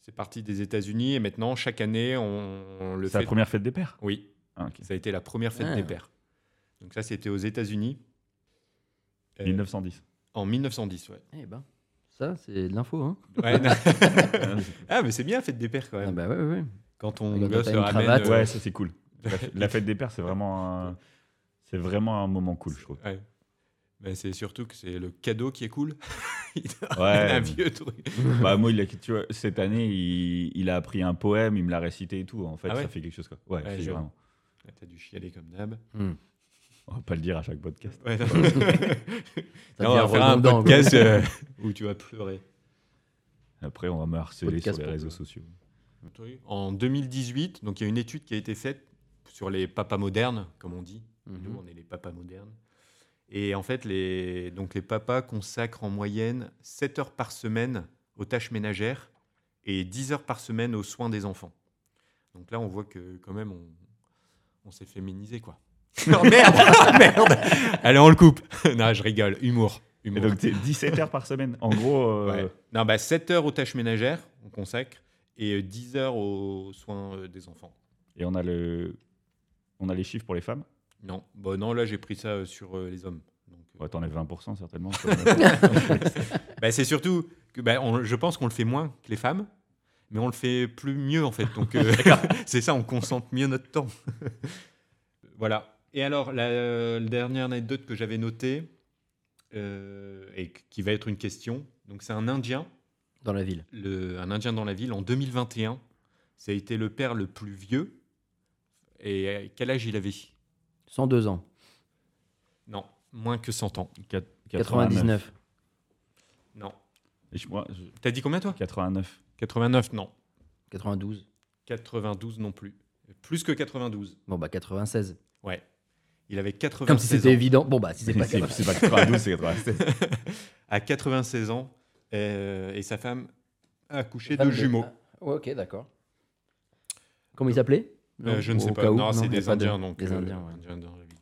Speaker 2: C'est parti des États-Unis et maintenant, chaque année, on, on le
Speaker 1: C'est
Speaker 2: fait. Euh,
Speaker 1: la première fête des pères
Speaker 2: Oui,
Speaker 1: Ah, ok.
Speaker 2: ça a été la première fête
Speaker 4: Ah.
Speaker 2: des pères. Donc ça, c'était aux États-Unis. Euh,
Speaker 1: 1910.
Speaker 2: En 1910, ouais.
Speaker 4: Eh ben, ça, c'est de l'info. Hein.
Speaker 2: Ouais, non.
Speaker 1: Ah,
Speaker 2: ah, mais c'est bien la fête des pères quand même.
Speaker 4: Ah bah ouais, ouais.
Speaker 2: Quand ton
Speaker 4: Quand
Speaker 2: gosse
Speaker 4: t'as
Speaker 2: se
Speaker 4: une
Speaker 2: ramène. euh,
Speaker 4: cravate,
Speaker 1: c'est- ouais, ça c'est cool. La, f- la fête des pères, c'est vraiment un, c'est vraiment un moment cool, je trouve.
Speaker 2: ouais. Mais c'est surtout que c'est le cadeau qui est cool. Il te ramène un
Speaker 1: Ouais.
Speaker 2: vieux truc.
Speaker 1: Bah, moi, il a, tu vois, cette année, il, il a appris un poème, il me l'a récité et tout. En fait,
Speaker 2: Ah ouais
Speaker 1: ça fait quelque chose. Quoi. Ouais,
Speaker 2: Ouais,
Speaker 1: c'est
Speaker 2: j'avoue.
Speaker 1: vraiment.
Speaker 2: Ah, T'as dû chialer comme d'hab.
Speaker 4: Hmm.
Speaker 1: On va pas le dire à chaque podcast.
Speaker 2: Ouais, non.
Speaker 4: Ça
Speaker 2: Non, on va
Speaker 4: devient
Speaker 2: faire un
Speaker 4: redondant, quoi.
Speaker 2: podcast euh, où tu vas pleurer.
Speaker 1: Après, on va me harceler sur
Speaker 4: Podcast
Speaker 1: les
Speaker 4: pour
Speaker 1: réseaux
Speaker 4: toi.
Speaker 1: sociaux.
Speaker 2: En 2018, donc il y a une étude qui a été faite sur les papas modernes, comme on dit. Nous,
Speaker 4: Mhm.
Speaker 2: on est les papas modernes. Et en fait, les, donc les papas consacrent en moyenne 7 heures par semaine aux tâches ménagères et 10 heures par semaine aux soins des enfants. Donc là, on voit que quand même, on, on s'est féminisé, quoi. Non, merde, merde. Allez, on le coupe. non, je rigole. Humour.
Speaker 1: Et
Speaker 2: humour.
Speaker 1: donc, c'est 17 heures par semaine. En gros, euh,
Speaker 2: Ouais. Non, bah, 7 heures aux tâches ménagères, on consacre, et euh, 10 heures aux soins euh, des enfants.
Speaker 1: et on a, le... on a les chiffres pour les femmes.
Speaker 2: Non, bon, non là j'ai pris ça euh, sur euh, les hommes. Donc, euh,
Speaker 1: Ouais, t'enlèves 20% certainement.
Speaker 2: bah, c'est surtout que bah, on- je pense qu'on le fait moins que les femmes, mais on le fait plus mieux en fait. Donc euh, c'est ça, on concentre mieux notre temps. voilà. Et alors, la, euh, la dernière anecdote que j'avais notée, euh, et qui va être une question, donc c'est un Indien
Speaker 4: Dans la ville.
Speaker 2: le- un Indien dans la ville en 2021. Ça a été le père le plus vieux. Et euh, quel âge il avait
Speaker 4: 102 ans.
Speaker 2: Non, moins que 100 ans.
Speaker 4: 99.
Speaker 2: Non.
Speaker 1: Et je- moi, je-
Speaker 2: T'as dit combien toi
Speaker 1: 89.
Speaker 2: 89, non.
Speaker 4: 92.
Speaker 2: 92 non plus. Plus que 92.
Speaker 4: Bon bah 96.
Speaker 2: Ouais. Il avait 96
Speaker 4: Comme si c'était
Speaker 2: ans.
Speaker 4: évident. Bon bah si c'est
Speaker 1: C'est
Speaker 4: pas
Speaker 1: c'est pas,
Speaker 4: 96.
Speaker 1: 92, c'est 96.
Speaker 2: À 96 ans, euh, et sa femme a accouché
Speaker 4: Femme
Speaker 2: de jumeaux.
Speaker 4: Ah, ouais, ok, d'accord. Comment il s'appelait
Speaker 2: Euh, je ne sais
Speaker 4: Au
Speaker 2: pas.
Speaker 4: cas où,
Speaker 2: non, c'est
Speaker 4: il y a
Speaker 2: des
Speaker 4: pas de-
Speaker 2: Indiens. donc,
Speaker 4: Des
Speaker 2: euh,
Speaker 4: Indiens, ouais.
Speaker 2: Indiens dans la ville.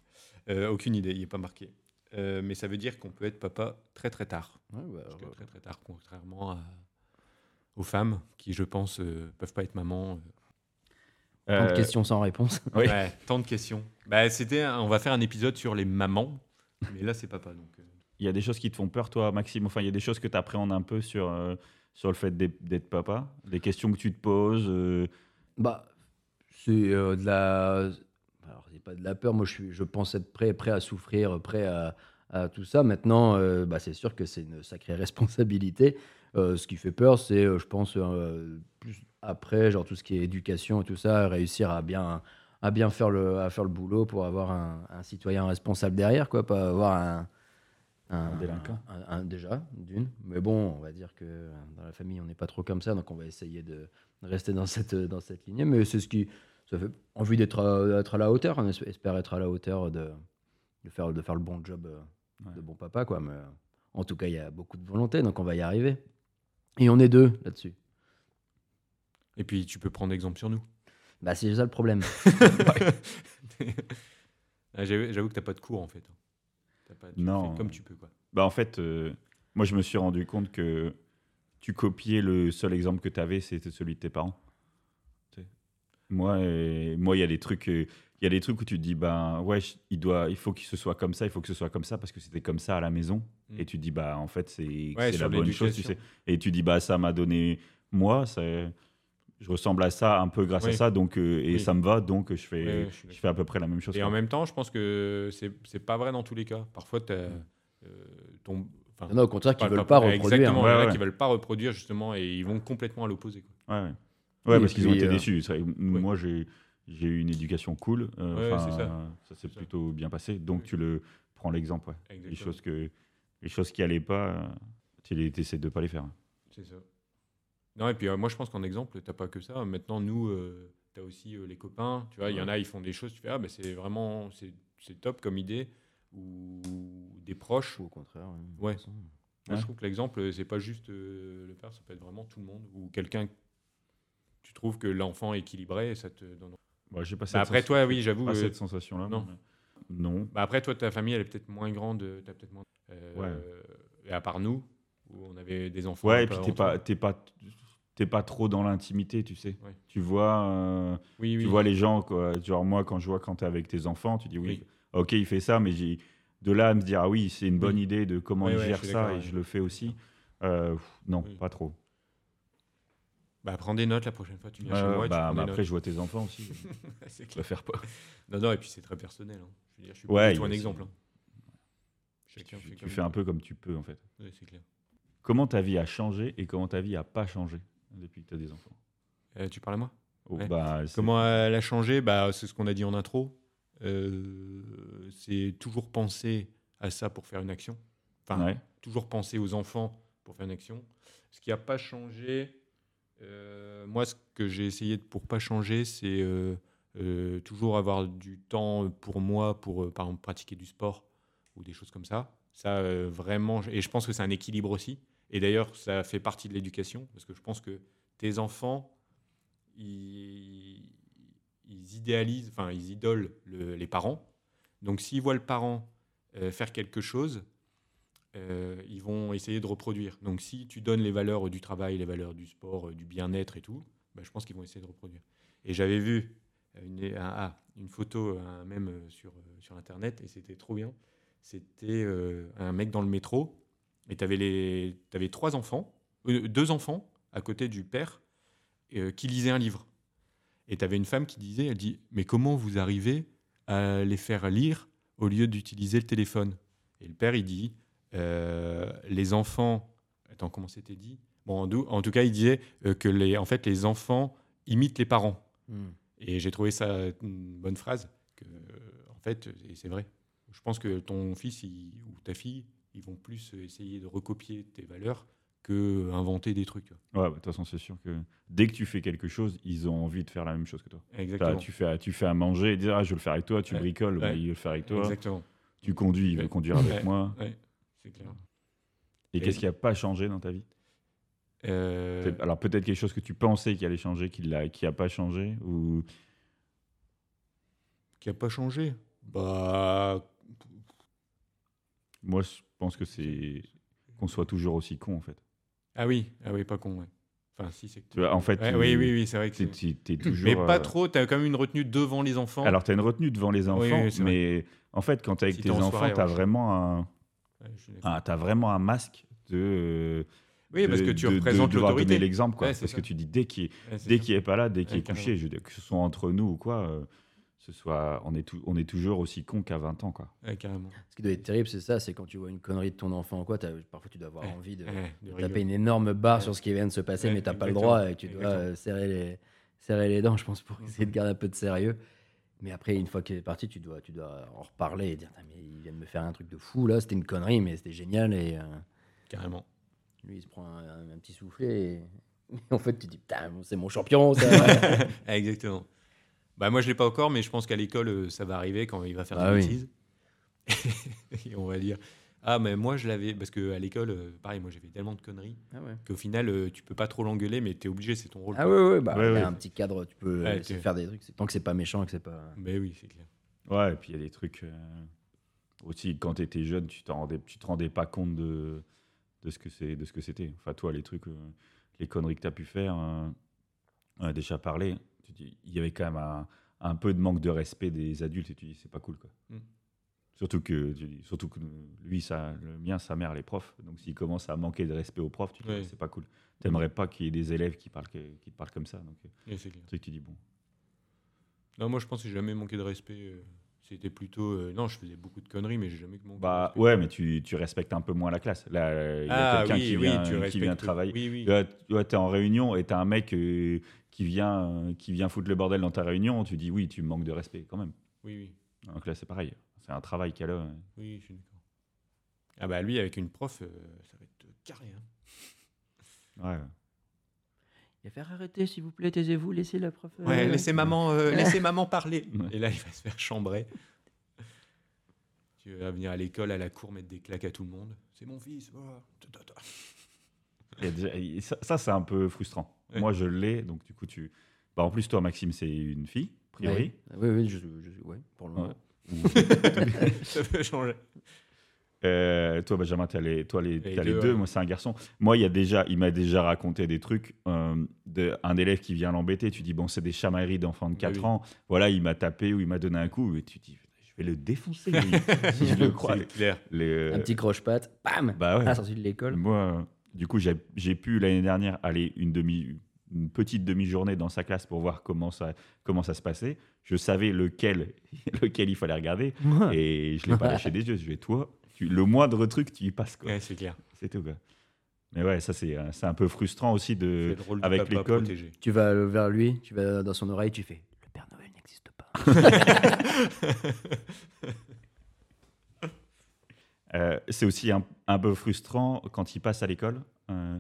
Speaker 2: Euh, aucune idée, il n'est pas marqué. Euh, mais ça veut dire qu'on peut être papa très très tard.
Speaker 4: Ouais,
Speaker 1: Ah
Speaker 4: bah,
Speaker 2: Parce que très très tard, contrairement à- aux femmes qui, je pense, euh, peuvent pas être maman.
Speaker 4: Tant de
Speaker 1: Euh,
Speaker 4: questions sans réponse.
Speaker 1: Oui.
Speaker 2: Ouais, tant de questions. Bah, c'était, un- on va faire un épisode sur les mamans, mais là c'est papa donc. euh.
Speaker 1: Il y a des choses qui te font peur, toi, Maxime. Enfin, il y a des choses que tu appréhendes un peu sur, euh, sur le fait d'être d'être papa. Des questions que tu te poses. euh,
Speaker 4: Bah, c'est euh, de la. Alors, c'est pas de la peur. Moi, je, suis, je pense être prêt, prêt à souffrir, prêt à, à tout ça. Maintenant, euh, bah, c'est sûr que c'est une sacrée responsabilité. Euh, ce qui fait peur, c'est, euh, je pense, euh, plus après, genre tout ce qui est éducation et tout ça, réussir à bien, à bien faire, le, à faire le boulot pour avoir un, un citoyen responsable derrière, quoi, pas avoir un.
Speaker 1: Un délinquant.
Speaker 4: un- un- déjà, d'une. Mais bon, on va dire que euh, dans la famille, on n'est pas trop comme ça, donc on va essayer de rester dans cette, dans cette lignée. Mais c'est ce qui. Ça fait envie d'être à, d'être à la hauteur. On esp- espère être à la hauteur de, de, faire, de faire le bon job euh, de
Speaker 1: Ouais.
Speaker 4: bon papa, quoi. Mais euh, en tout cas, il y a beaucoup de volonté, donc on va y arriver. Et on est deux là-dessus.
Speaker 2: Et puis tu peux prendre exemple sur nous.
Speaker 4: Bah, c'est ça le problème.
Speaker 2: Ah, J'avoue j'avoue que t'as pas de cours en fait. T'as pas- tu
Speaker 1: Non.
Speaker 2: fais comme tu peux quoi.
Speaker 1: Bah, en fait, euh, moi, je me suis rendu compte que tu copiais le seul exemple que tu avais, c'était celui de tes parents. Tu sais. Moi, euh, moi, il y a des trucs, euh, il y a des trucs où tu te dis, ben ouais, je- il doit, il faut qu'il se soit comme ça, il faut que ce soit comme ça parce que c'était comme ça à la maison.
Speaker 2: Mm.
Speaker 1: Et tu te dis, bah en fait, c'est
Speaker 2: Ouais,
Speaker 1: c'est
Speaker 2: sur
Speaker 1: la bonne chose, tu
Speaker 2: l'éducation.
Speaker 1: sais. Et tu dis, bah ça m'a donné moi, ça- je ressemble à ça un peu grâce à
Speaker 2: Oui.
Speaker 1: ça, donc euh, et
Speaker 2: Oui.
Speaker 1: ça me va, donc je fais,
Speaker 2: Ouais, ouais, je suis
Speaker 1: je, fais à peu près la même chose.
Speaker 2: Et
Speaker 1: quoi.
Speaker 2: en même temps, je pense que c'est c'est pas vrai dans tous les cas. Parfois, t'as,
Speaker 1: Mm.
Speaker 2: euh, ton. enfin,
Speaker 4: Non, au contraire, qu'ils
Speaker 2: pas-
Speaker 4: veulent
Speaker 2: pas- hein.
Speaker 4: pas reproduire.
Speaker 2: Exactement,
Speaker 1: Ouais,
Speaker 2: il y en a
Speaker 1: ouais.
Speaker 2: qui veulent pas reproduire justement et ils vont complètement à l'opposé. quoi.
Speaker 1: Ouais, ouais. Ouais,
Speaker 4: Et
Speaker 1: parce qu'ils ont
Speaker 4: puis,
Speaker 1: été
Speaker 4: euh,
Speaker 1: déçus. C'est vrai, m- Moi, j'ai j'ai eu une éducation cool. euh,
Speaker 2: Ouais,
Speaker 1: enfin,
Speaker 2: c'est ça.
Speaker 1: ça s'est
Speaker 2: C'est ça.
Speaker 1: plutôt bien passé. Donc,
Speaker 2: Oui.
Speaker 1: tu le prends l'exemple. ouais. Les
Speaker 2: Exactement,
Speaker 1: choses que les choses qui allaient pas, euh, tu les- t'essaies de pas les faire.
Speaker 2: C'est ça. Non, et puis euh, moi, je pense qu'en exemple, t'as pas que ça. Maintenant, nous, euh, t'as aussi euh, les copains. Tu vois, il y en a, ils font des choses. Tu fais, ah, ben c'est vraiment. C'est c'est top comme idée. Ou des proches.
Speaker 4: Ou au contraire. oui.
Speaker 2: Ouais.
Speaker 4: De toute façon.
Speaker 2: Moi,
Speaker 1: Ouais.
Speaker 2: je trouve que l'exemple, euh, c'est pas juste euh, le père, ça peut être vraiment tout le monde. Ou quelqu'un. Tu trouves que l'enfant est équilibré et ça te donne.
Speaker 1: Bon, j'ai pas cette
Speaker 2: Bah, après,
Speaker 1: sensation-
Speaker 2: toi, oui, j'avoue.
Speaker 1: pas
Speaker 2: euh,
Speaker 1: cette sensation là.
Speaker 2: non.
Speaker 1: Non.
Speaker 2: Bah après, toi, ta famille, elle est peut-être moins grande. euh, T'as peut-être moins. euh, Et à part nous, où on avait des enfants.
Speaker 1: Ouais,
Speaker 2: un
Speaker 1: et
Speaker 2: peu
Speaker 1: puis t'es pas
Speaker 2: avant toi.
Speaker 1: t'es pas t'es pas trop dans l'intimité, tu sais.
Speaker 2: Ouais.
Speaker 1: Tu vois. euh,
Speaker 2: Oui, oui.
Speaker 1: Tu vois les gens, quoi. Genre, moi, quand je vois quand t'es avec tes enfants, tu dis oui,
Speaker 2: Oui.
Speaker 1: ok, il fait ça, mais j'ai de là à me dire, ah oui, c'est une bonne
Speaker 2: Oui.
Speaker 1: idée de comment
Speaker 2: Ouais,
Speaker 1: il
Speaker 2: ouais,
Speaker 1: gère
Speaker 2: je suis
Speaker 1: ça
Speaker 2: d'accord,
Speaker 1: et
Speaker 2: ouais.
Speaker 1: je le fais aussi. Euh, pff, non,
Speaker 2: Oui.
Speaker 1: pas trop.
Speaker 2: Bah, prends des notes la prochaine fois. Tu viens chez
Speaker 1: Euh,
Speaker 2: moi. tu
Speaker 1: bah,
Speaker 2: prends
Speaker 1: bah,
Speaker 2: des
Speaker 1: après,
Speaker 2: notes.
Speaker 1: je vois tes enfants aussi.
Speaker 2: C'est clair.
Speaker 1: je le faire pas.
Speaker 2: Non, non, et puis c'est très personnel. hein. Je veux dire, je suis
Speaker 1: Ouais,
Speaker 2: pas du tout
Speaker 1: il
Speaker 2: un
Speaker 1: y a
Speaker 2: exemple.
Speaker 1: aussi-
Speaker 2: hein. Chacun
Speaker 1: Tu,
Speaker 2: fait
Speaker 1: tu
Speaker 2: comme
Speaker 1: fais un peu comme tu peux, en fait.
Speaker 2: il- Ouais, c'est clair.
Speaker 1: Comment ta vie a changé et comment ta vie a pas changé depuis que t'as des enfants
Speaker 2: Euh, tu parles à moi
Speaker 1: Oh,
Speaker 2: Ouais.
Speaker 1: bah, c'est-
Speaker 2: Comment elle a changé bah, C'est ce qu'on a dit en intro. Euh, c'est toujours penser à ça pour faire une action. Enfin,
Speaker 1: Ouais.
Speaker 2: toujours penser aux enfants pour faire une action. Ce qui n'a pas changé, euh, moi, ce que j'ai essayé de- pour pas changer, c'est euh, euh, toujours avoir du temps pour moi, pour euh, par exemple pratiquer du sport ou des choses comme ça. Ça, euh, vraiment, je- et je pense que c'est un équilibre aussi. Et d'ailleurs, ça fait partie de l'éducation, parce que je pense que tes enfants, ils, ils idéalisent, enfin, ils idolent le- les parents. Donc, s'ils voient le parent euh, faire quelque chose, euh, ils vont essayer de reproduire. Donc, si tu donnes les valeurs euh, du travail, les valeurs du sport, euh, du bien-être et tout, bah, je pense qu'ils vont essayer de reproduire. Et j'avais vu une, un- ah, une photo, un même sur, euh, sur Internet, et c'était trop bien. C'était euh, un mec dans le métro, et tu avais, trois enfants, euh, deux enfants à côté du père euh, qui lisaient un livre. Et tu avais une femme qui disait, elle dit, mais comment vous arrivez à les faire lire au lieu d'utiliser le téléphone Et le père, il dit, euh, les enfants, attends, comment c'était dit Bon, en, dou- en tout cas, il disait euh, que les, en fait, les enfants imitent les parents.
Speaker 4: Hmm.
Speaker 2: Et j'ai trouvé ça une bonne phrase. Que, euh, en fait, et c'est vrai. Je pense que ton fils il- ou ta fille, ils vont plus essayer de recopier tes valeurs que inventer des trucs. tu vois.
Speaker 1: Ouais, bah, de toute façon, c'est sûr que dès que tu fais quelque chose, ils ont envie de faire la même chose que toi. T'as-
Speaker 2: Exactement.
Speaker 1: Bah, Tu fais, tu fais à manger et dire, ah, je vais le faire avec toi, tu
Speaker 2: Ouais.
Speaker 1: bricoles, bah,
Speaker 2: Ouais.
Speaker 1: il veut le faire avec toi.
Speaker 2: Exactement.
Speaker 1: Tu conduis, il veut
Speaker 2: Ouais.
Speaker 1: conduire avec
Speaker 2: Ouais.
Speaker 1: moi.
Speaker 2: C'est clair.
Speaker 1: Et,
Speaker 2: Et-
Speaker 1: qu'est-ce qui a pas changé dans ta vie
Speaker 2: Euh,
Speaker 1: C'est- Alors peut-être quelque chose que tu pensais qui allait changer, qui l'a, qui a pas changé ou
Speaker 2: qui a pas changé. Bah,
Speaker 1: moi je pense que c'est qu'on soit toujours aussi con en fait.
Speaker 2: ah oui, ah oui, pas con. ouais. Enfin, si c'est. que-
Speaker 1: Tu vois, en fait,
Speaker 2: Ouais,
Speaker 1: tu-
Speaker 2: oui, oui, oui, c'est vrai que.
Speaker 1: T'es,
Speaker 2: c'est-
Speaker 1: t'es- t'es toujours.
Speaker 2: Mais pas
Speaker 1: euh,
Speaker 2: trop. T'as quand même une retenue devant les enfants.
Speaker 1: Alors t'as une retenue devant les enfants,
Speaker 2: Oui, oui, c'est vrai.
Speaker 1: mais en fait quand t'es avec
Speaker 2: Si
Speaker 1: tes
Speaker 2: t'es en
Speaker 1: enfants,
Speaker 2: soirée,
Speaker 1: t'as
Speaker 2: ouais.
Speaker 1: vraiment un,
Speaker 2: Ouais, Euh, je suis d'accord.
Speaker 1: ah, t'as vraiment un masque de.
Speaker 2: oui, parce
Speaker 1: de-
Speaker 2: que tu
Speaker 1: de- de
Speaker 2: représentes
Speaker 1: devoir donner
Speaker 2: l'autorité.
Speaker 1: l'exemple quoi,
Speaker 2: Ouais, c'est
Speaker 1: parce
Speaker 2: ça.
Speaker 1: que tu dis dès qu'il
Speaker 2: Ouais, c'est
Speaker 1: dès
Speaker 2: ça.
Speaker 1: qu'il est pas là, dès qu'il
Speaker 2: Ouais,
Speaker 1: est couché,
Speaker 2: carrément.
Speaker 1: je veux dire, que ce soit entre nous ou quoi, euh, ce soit, on est, tou- on est toujours aussi con qu'à 20 ans, quoi.
Speaker 2: Ouais, carrément.
Speaker 4: Ce qui doit être terrible, c'est ça, c'est quand tu vois une connerie de ton enfant ou quoi, t'as- parfois tu dois avoir
Speaker 2: Ouais.
Speaker 4: envie de,
Speaker 2: Ouais, de
Speaker 4: de
Speaker 2: rigoler.
Speaker 4: taper une énorme barre
Speaker 2: Ouais.
Speaker 4: sur ce qui vient de se passer,
Speaker 2: Ouais,
Speaker 4: mais t'as pas le
Speaker 2: exactement,
Speaker 4: droit et que tu dois
Speaker 2: exactement. Mm-hmm.
Speaker 4: euh, serrer les, serrer les dents, je pense, pour essayer de garder un peu de sérieux. Mais après, une fois qu'il est parti, tu dois, tu dois en reparler et dire Tain, mais il vient de me faire un truc de fou là, c'était une connerie, mais c'était génial. Et euh,
Speaker 2: Carrément.
Speaker 4: lui, il se prend un, un- un petit soufflet. Et... et en fait, tu te dis Putain, c'est mon champion, ça
Speaker 2: Ah, Exactement. Bah moi je l'ai pas encore, mais je pense qu'à l'école euh, ça va arriver quand il va faire
Speaker 4: Ah
Speaker 2: des
Speaker 4: oui.
Speaker 2: bêtises. Et on va dire ah mais moi je l'avais parce que à l'école euh, pareil moi j'ai fait tellement de conneries
Speaker 4: Ah ouais,
Speaker 2: qu'au final euh, tu peux pas trop l'engueuler mais t'es obligé c'est ton rôle.
Speaker 4: ah ouais, ouais, bah,
Speaker 1: Ouais,
Speaker 4: il y a
Speaker 1: ouais.
Speaker 4: un petit cadre, tu peux
Speaker 2: Ouais,
Speaker 4: euh, laisser
Speaker 2: tu-
Speaker 4: faire des trucs, c'est- tant que c'est pas méchant et que c'est pas.
Speaker 2: Mais Bah oui c'est clair.
Speaker 1: Ouais, et puis il y a des trucs. euh, aussi, quand tu étais jeune, tu, t'en rendais, tu te rendais pas compte de, de ce que c'est- de ce que c'était. Enfin, toi, les trucs, euh, les conneries que tu as pu faire, euh, on a déjà parlé. Tu dis, Il y avait quand même un, un peu de manque de respect des adultes et tu dis, c'est pas cool, quoi.
Speaker 2: Mm.
Speaker 1: Surtout que, tu dis- surtout que lui, ça, le mien, sa mère, les profs. Donc, s'il commence à manquer de respect aux profs, tu dis,
Speaker 2: Ouais.
Speaker 1: c'est pas cool. T'aimerais pas qu'il y ait des élèves qui, parlent, que- qui te parlent comme ça. Donc, euh,
Speaker 2: Oui, c'est clair.
Speaker 1: le truc, tu dis, bon.
Speaker 2: Non moi je pense que j'ai jamais manqué de respect. euh, C'était plutôt euh, non je faisais beaucoup de conneries mais j'ai jamais manqué. de
Speaker 1: Bah
Speaker 2: respect.
Speaker 1: ouais, mais tu, tu respectes un peu moins la classe. Là, il y a
Speaker 2: Ah,
Speaker 1: quelqu'un
Speaker 2: oui,
Speaker 1: qui,
Speaker 2: oui,
Speaker 1: vient,
Speaker 2: tu
Speaker 1: qui
Speaker 2: respectes
Speaker 1: vient
Speaker 2: le-
Speaker 1: travailler. Euh,
Speaker 2: Oui oui.
Speaker 1: Tu es en réunion et tu as un mec euh, qui, vient, euh, qui vient foutre le bordel dans ta réunion. Tu dis oui, tu me manques de respect quand même.
Speaker 2: Oui oui.
Speaker 1: Donc là, c'est pareil. C'est un travail qu'elle a. euh.
Speaker 2: Oui, je suis d'accord. Ah bah lui avec une prof, euh, ça va être carré. hein.
Speaker 1: Ouais.
Speaker 4: Il va faire arrêter, s'il vous plaît, taisez-vous, laissez la prof.
Speaker 2: Ouais, laissez maman, euh, laissez maman parler.
Speaker 1: Ouais.
Speaker 2: Et là, il va se faire chambrer. Tu vas venir à l'école, à la cour, mettre des claques à tout le monde. C'est mon fils. voilà. Ta, ta, ta.
Speaker 1: Il y a déjà- et ça, ça, c'est un peu frustrant.
Speaker 2: Ouais.
Speaker 1: Moi, je l'ai. Donc du coup, tu. Bah, en plus, toi, Maxime, c'est une fille, a priori.
Speaker 4: Oui, oui, je, je, Ah ouais, pour le moment.
Speaker 1: Ouais.
Speaker 2: Ça peut changer.
Speaker 1: Euh, toi, Benjamin, t'as les, toi, les,
Speaker 2: Les
Speaker 1: t'as les
Speaker 2: deux,
Speaker 1: deux.
Speaker 2: ouais.
Speaker 1: Moi, c'est un garçon. Moi, il y a déjà, il m'a déjà raconté des trucs. euh, de, un élève qui vient l'embêter, tu dis bon, c'est des chamailleries d'enfants de
Speaker 2: Bah
Speaker 1: 4
Speaker 2: oui.
Speaker 1: ans. Voilà, il m'a tapé ou il m'a donné un coup. Et tu dis, je vais le défoncer. lui, si je le crois.
Speaker 2: C'est clair.
Speaker 1: Les-
Speaker 4: Un petit Ah, croche-patte, bam
Speaker 1: Bah ouais.
Speaker 4: À la sortie de l'école.
Speaker 1: Moi, euh, du coup, j'ai j'ai pu l'année dernière aller une demi une petite demi-journée dans sa classe pour voir comment ça comment ça se passait. Je savais lequel lequel il fallait regarder
Speaker 4: Ah.
Speaker 1: et je l'ai pas lâché des yeux. Je vais toi, tu- le moindre truc, tu y passes quoi.
Speaker 2: Ouais, c'est clair.
Speaker 1: C'est tout, quoi. Mais ouais, ça, c'est euh, c'est un peu frustrant aussi
Speaker 2: C'est
Speaker 1: de.
Speaker 2: le rôle
Speaker 1: Euh, avec
Speaker 2: du papa
Speaker 1: l'école.
Speaker 2: protégé.
Speaker 4: Tu vas vers lui, tu vas dans son oreille, tu fais Le Père Noël n'existe pas.
Speaker 1: euh, c'est aussi un, un peu frustrant quand ils passent à l'école. euh,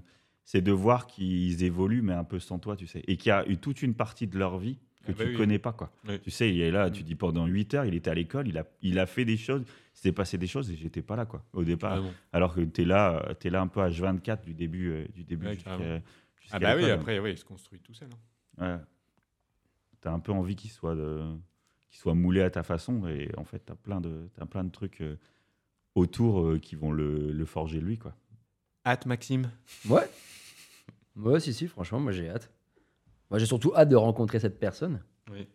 Speaker 1: c'est de voir qu'ils évoluent, mais un peu sans toi, tu sais. Et qu'il y a eu toute une partie de leur vie que
Speaker 2: Ah bah
Speaker 1: tu
Speaker 2: oui.
Speaker 1: connais pas, quoi.
Speaker 2: Ouais.
Speaker 1: Tu sais, il est là,
Speaker 2: Mm.
Speaker 1: tu dis pendant 8 heures, il était à l'école, il a, il a fait des choses, il s'est passé des choses et j'étais pas là, quoi, au départ.
Speaker 2: Vraiment.
Speaker 1: Alors que t'es là, euh, t'es là un peu H24 du début, euh, du début
Speaker 2: Ouais,
Speaker 1: jusqu'à.
Speaker 2: carrément.
Speaker 1: jusqu'à
Speaker 2: Ah bah oui,
Speaker 1: l'école. hein.
Speaker 2: après, oui, il se construit tout seul. hein.
Speaker 1: Ouais. T'as un peu envie qu'il soit, de... qu'il soit moulé à ta façon, et en fait, t'as plein de, t'as plein de trucs euh, autour euh, qui vont le, le forger lui, quoi.
Speaker 2: Hâte, Maxime.
Speaker 4: Ouais. Ouais, si, si, franchement, moi j'ai hâte. Moi j'ai surtout hâte de rencontrer cette personne.
Speaker 2: Oui.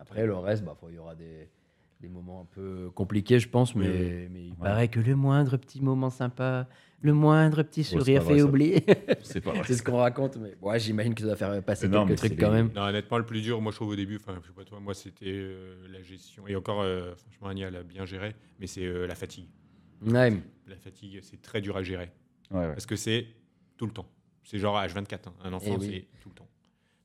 Speaker 4: Après, le reste, bah, faut- il y aura des, des moments un peu compliqués, je pense,
Speaker 2: Oui,
Speaker 4: mais,
Speaker 2: oui.
Speaker 4: mais il
Speaker 1: Ouais.
Speaker 4: paraît que le moindre petit moment sympa, le moindre petit
Speaker 1: c'est pas
Speaker 4: sourire
Speaker 1: vrai,
Speaker 4: fait
Speaker 1: ça.
Speaker 4: oublier.
Speaker 1: C'est pas
Speaker 4: c'est ce qu'on raconte, mais ouais, j'imagine que ça doit faire passer
Speaker 1: Mais non, mais
Speaker 4: quelques
Speaker 1: c'est
Speaker 4: trucs
Speaker 1: les-
Speaker 4: quand même.
Speaker 2: Non, honnêtement, le plus dur, moi, je trouve au début, enfin, je sais pas toi, moi, c'était euh, la gestion. Et encore, euh, franchement, Agnès l'a bien géré, mais c'est euh, la fatigue.
Speaker 4: Ouais, mais-
Speaker 2: La fatigue, c'est très dur à gérer.
Speaker 1: Ouais, ouais.
Speaker 2: Parce que c'est tout le temps. C'est genre H24. hein. Un enfant,
Speaker 4: Eh oui.
Speaker 2: c'est tout le temps.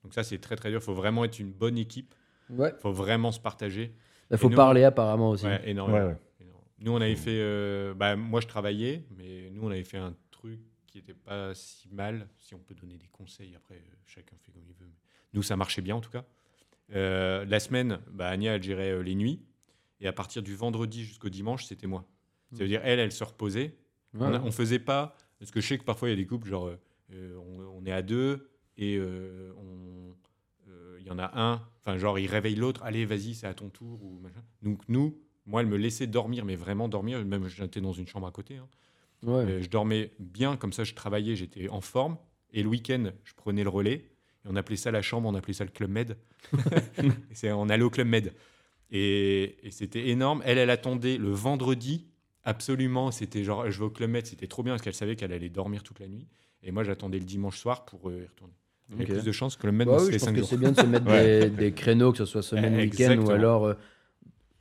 Speaker 2: Donc ça, c'est très très dur. Il faut vraiment être une bonne équipe.
Speaker 4: ouais.
Speaker 2: Il faut vraiment se partager.
Speaker 4: Il faut
Speaker 2: nous-
Speaker 4: parler apparemment aussi.
Speaker 2: Ouais, énormément.
Speaker 1: Ouais, ouais.
Speaker 2: Énormément. Nous, on avait fait... euh, bah, moi, je travaillais, mais nous, on avait fait un truc qui n'était pas si mal. Si on peut donner des conseils, après, euh, chacun fait comme il veut. Nous, ça marchait bien, en tout cas. Euh, la semaine, bah, Anya, elle gérait euh, les nuits. Et à partir du vendredi jusqu'au dimanche, c'était moi. Ça veut dire, elle, elle se reposait.
Speaker 4: Ouais.
Speaker 2: On, a- on faisait pas. Parce que je sais que parfois, il y a des couples, genre, euh, euh, on, on est à deux et euh, on- euh, il y en a un. Enfin, genre, il réveille l'autre. Allez, vas-y, c'est à ton tour. Ou machin. Donc, nous, moi, elle me laissait dormir, mais vraiment dormir. Même, j'étais dans une chambre à côté. hein.
Speaker 4: Ouais.
Speaker 2: Euh, je dormais bien, comme ça, je travaillais, j'étais en forme. Et le week-end, je prenais le relais. Et on appelait ça la chambre, on appelait ça le Club Med. Et c'est- on allait au Club Med. Et, et c'était énorme. Elle, elle attendait le vendredi, absolument. C'était genre, je vais au Club Med, c'était trop bien parce qu'elle savait qu'elle allait dormir toute la nuit. Et moi, j'attendais le dimanche soir pour euh, y retourner. Il y a
Speaker 4: Ok.
Speaker 2: plus de chances que le mettre
Speaker 4: Bah
Speaker 2: dans
Speaker 4: oui, je
Speaker 2: ces
Speaker 4: pense
Speaker 2: 5
Speaker 4: que
Speaker 2: jours.
Speaker 4: c'est bien de se mettre
Speaker 2: Ouais.
Speaker 4: des, des créneaux, que ce soit semaine,
Speaker 2: Eh,
Speaker 4: week-end ou
Speaker 2: exactement.
Speaker 4: alors euh,